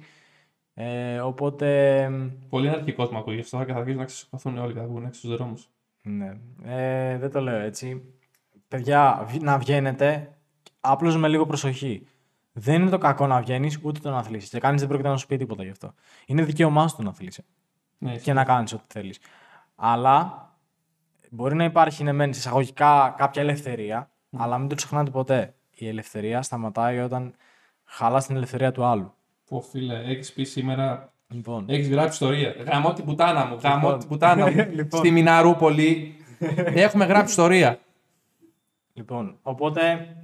Ε, οπότε Πολύ αρχικό μου ακούγεται τώρα και θα αρχίσουν να ξεσηκωθούν όλοι και θα βγουν έξω στους δρόμους. Ναι. Ε, δεν το λέω έτσι. Παιδιά, βγ- να βγαίνετε απλώς με λίγο προσοχή. Δεν είναι το κακό να βγαίνεις, ούτε το να αθλήσει. Και κανεί δεν πρόκειται να σου πει τίποτα γι' αυτό. Είναι δικαίωμά σου το να αθλήσει Ναι, και να κάνεις ό,τι θέλεις. Αλλά μπορεί να υπάρχει ναι, μεν εισαγωγικά κάποια ελευθερία, αλλά μην το ξεχνάτε ποτέ. Η ελευθερία σταματάει όταν χαλάς την ελευθερία του άλλου. Πω φίλε, έχεις πει σήμερα. Λοιπόν, Έχεις γράψει ιστορία. Γαμώ την πουτάνα μου. Γαμώ Λοιπόν. την πουτάνα μου. Λοιπόν. Στη Μιναρούπολη. Έχουμε γράψει ιστορία. Λοιπόν, οπότε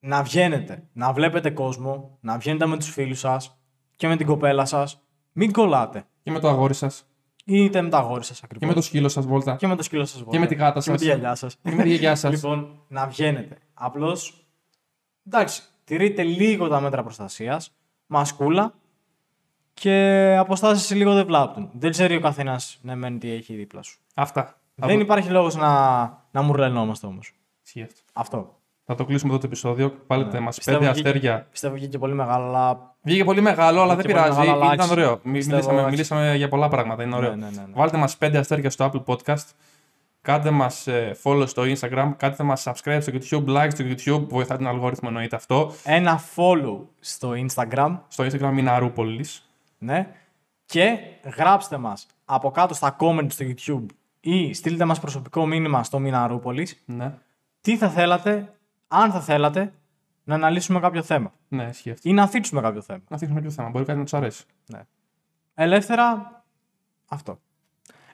να βγαίνετε, να βλέπετε κόσμο, να βγαίνετε με τους φίλους σας και με την κοπέλα σας. Μην κολλάτε. Και με το αγόρι σας. Είτε με τα αγόρια σας Και ακριβώς. με το σκύλο σας βόλτα. και με το σκύλο σας. Και με τη γάτα Και με σας. τη γυαλιά σας. Και με τη γιαγιά σας. Λοιπόν, να βγαίνετε. Απλώς, εντάξει, τηρείτε λίγο τα μέτρα προστασίας, μασκούλα και αποστάσεις λίγο δεν βλάπτουν. Δεν ξέρει ο καθένας ναι μεν τι έχει δίπλα σου. Αυτά. Θα Δεν το- υπάρχει λόγος να, να μουρλενόμαστε όμως. Ισχύει αυτό. Αυτό. Θα το κλείσουμε εδώ το επεισόδιο. Πάλι ναι. μας Πιστεύω πέντε βγήκε- αστέρια. Πιστεύω βγήκε πολύ μεγάλα, αλλά Βγήκε πολύ μεγάλο, αλλά δεν Βγήκε πολύ πειράζει. μεγάλο, αλλά Ήταν άξιζε. ωραίο. Μι- Πιστεύω Μιλήσαμε, άξιζε. μιλήσαμε για πολλά πράγματα. Είναι ωραίο. Ναι, ναι, ναι, ναι. Βάλτε μας 5 αστέρια στο Apple Podcast. Κάντε μας follow στο Instagram. Κάντε μας subscribe στο YouTube. Like στο YouTube. Βοηθά τον αλγόριθμο εννοείται αυτό. ένα follow στο Instagram, Στο Instagram είναι Αρούπολης. ναι, και γράψτε μας από κάτω στα comments στο YouTube ή στείλτε μας προσωπικό μήνυμα στο Μιναρούπολης Ναι. τι θα θέλατε, αν θα θέλατε, να αναλύσουμε κάποιο θέμα ναι, ισχύει αυτό. ή να θίξουμε κάποιο θέμα. Να θίξουμε ποιο θέμα. Μπορεί κάτι να τους αρέσει. Ναι. Ελεύθερα, αυτό.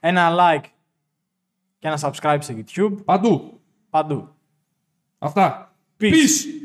Ένα like και ένα subscribe στο YouTube, Παντού. παντού. Αυτά. Peace. Peace.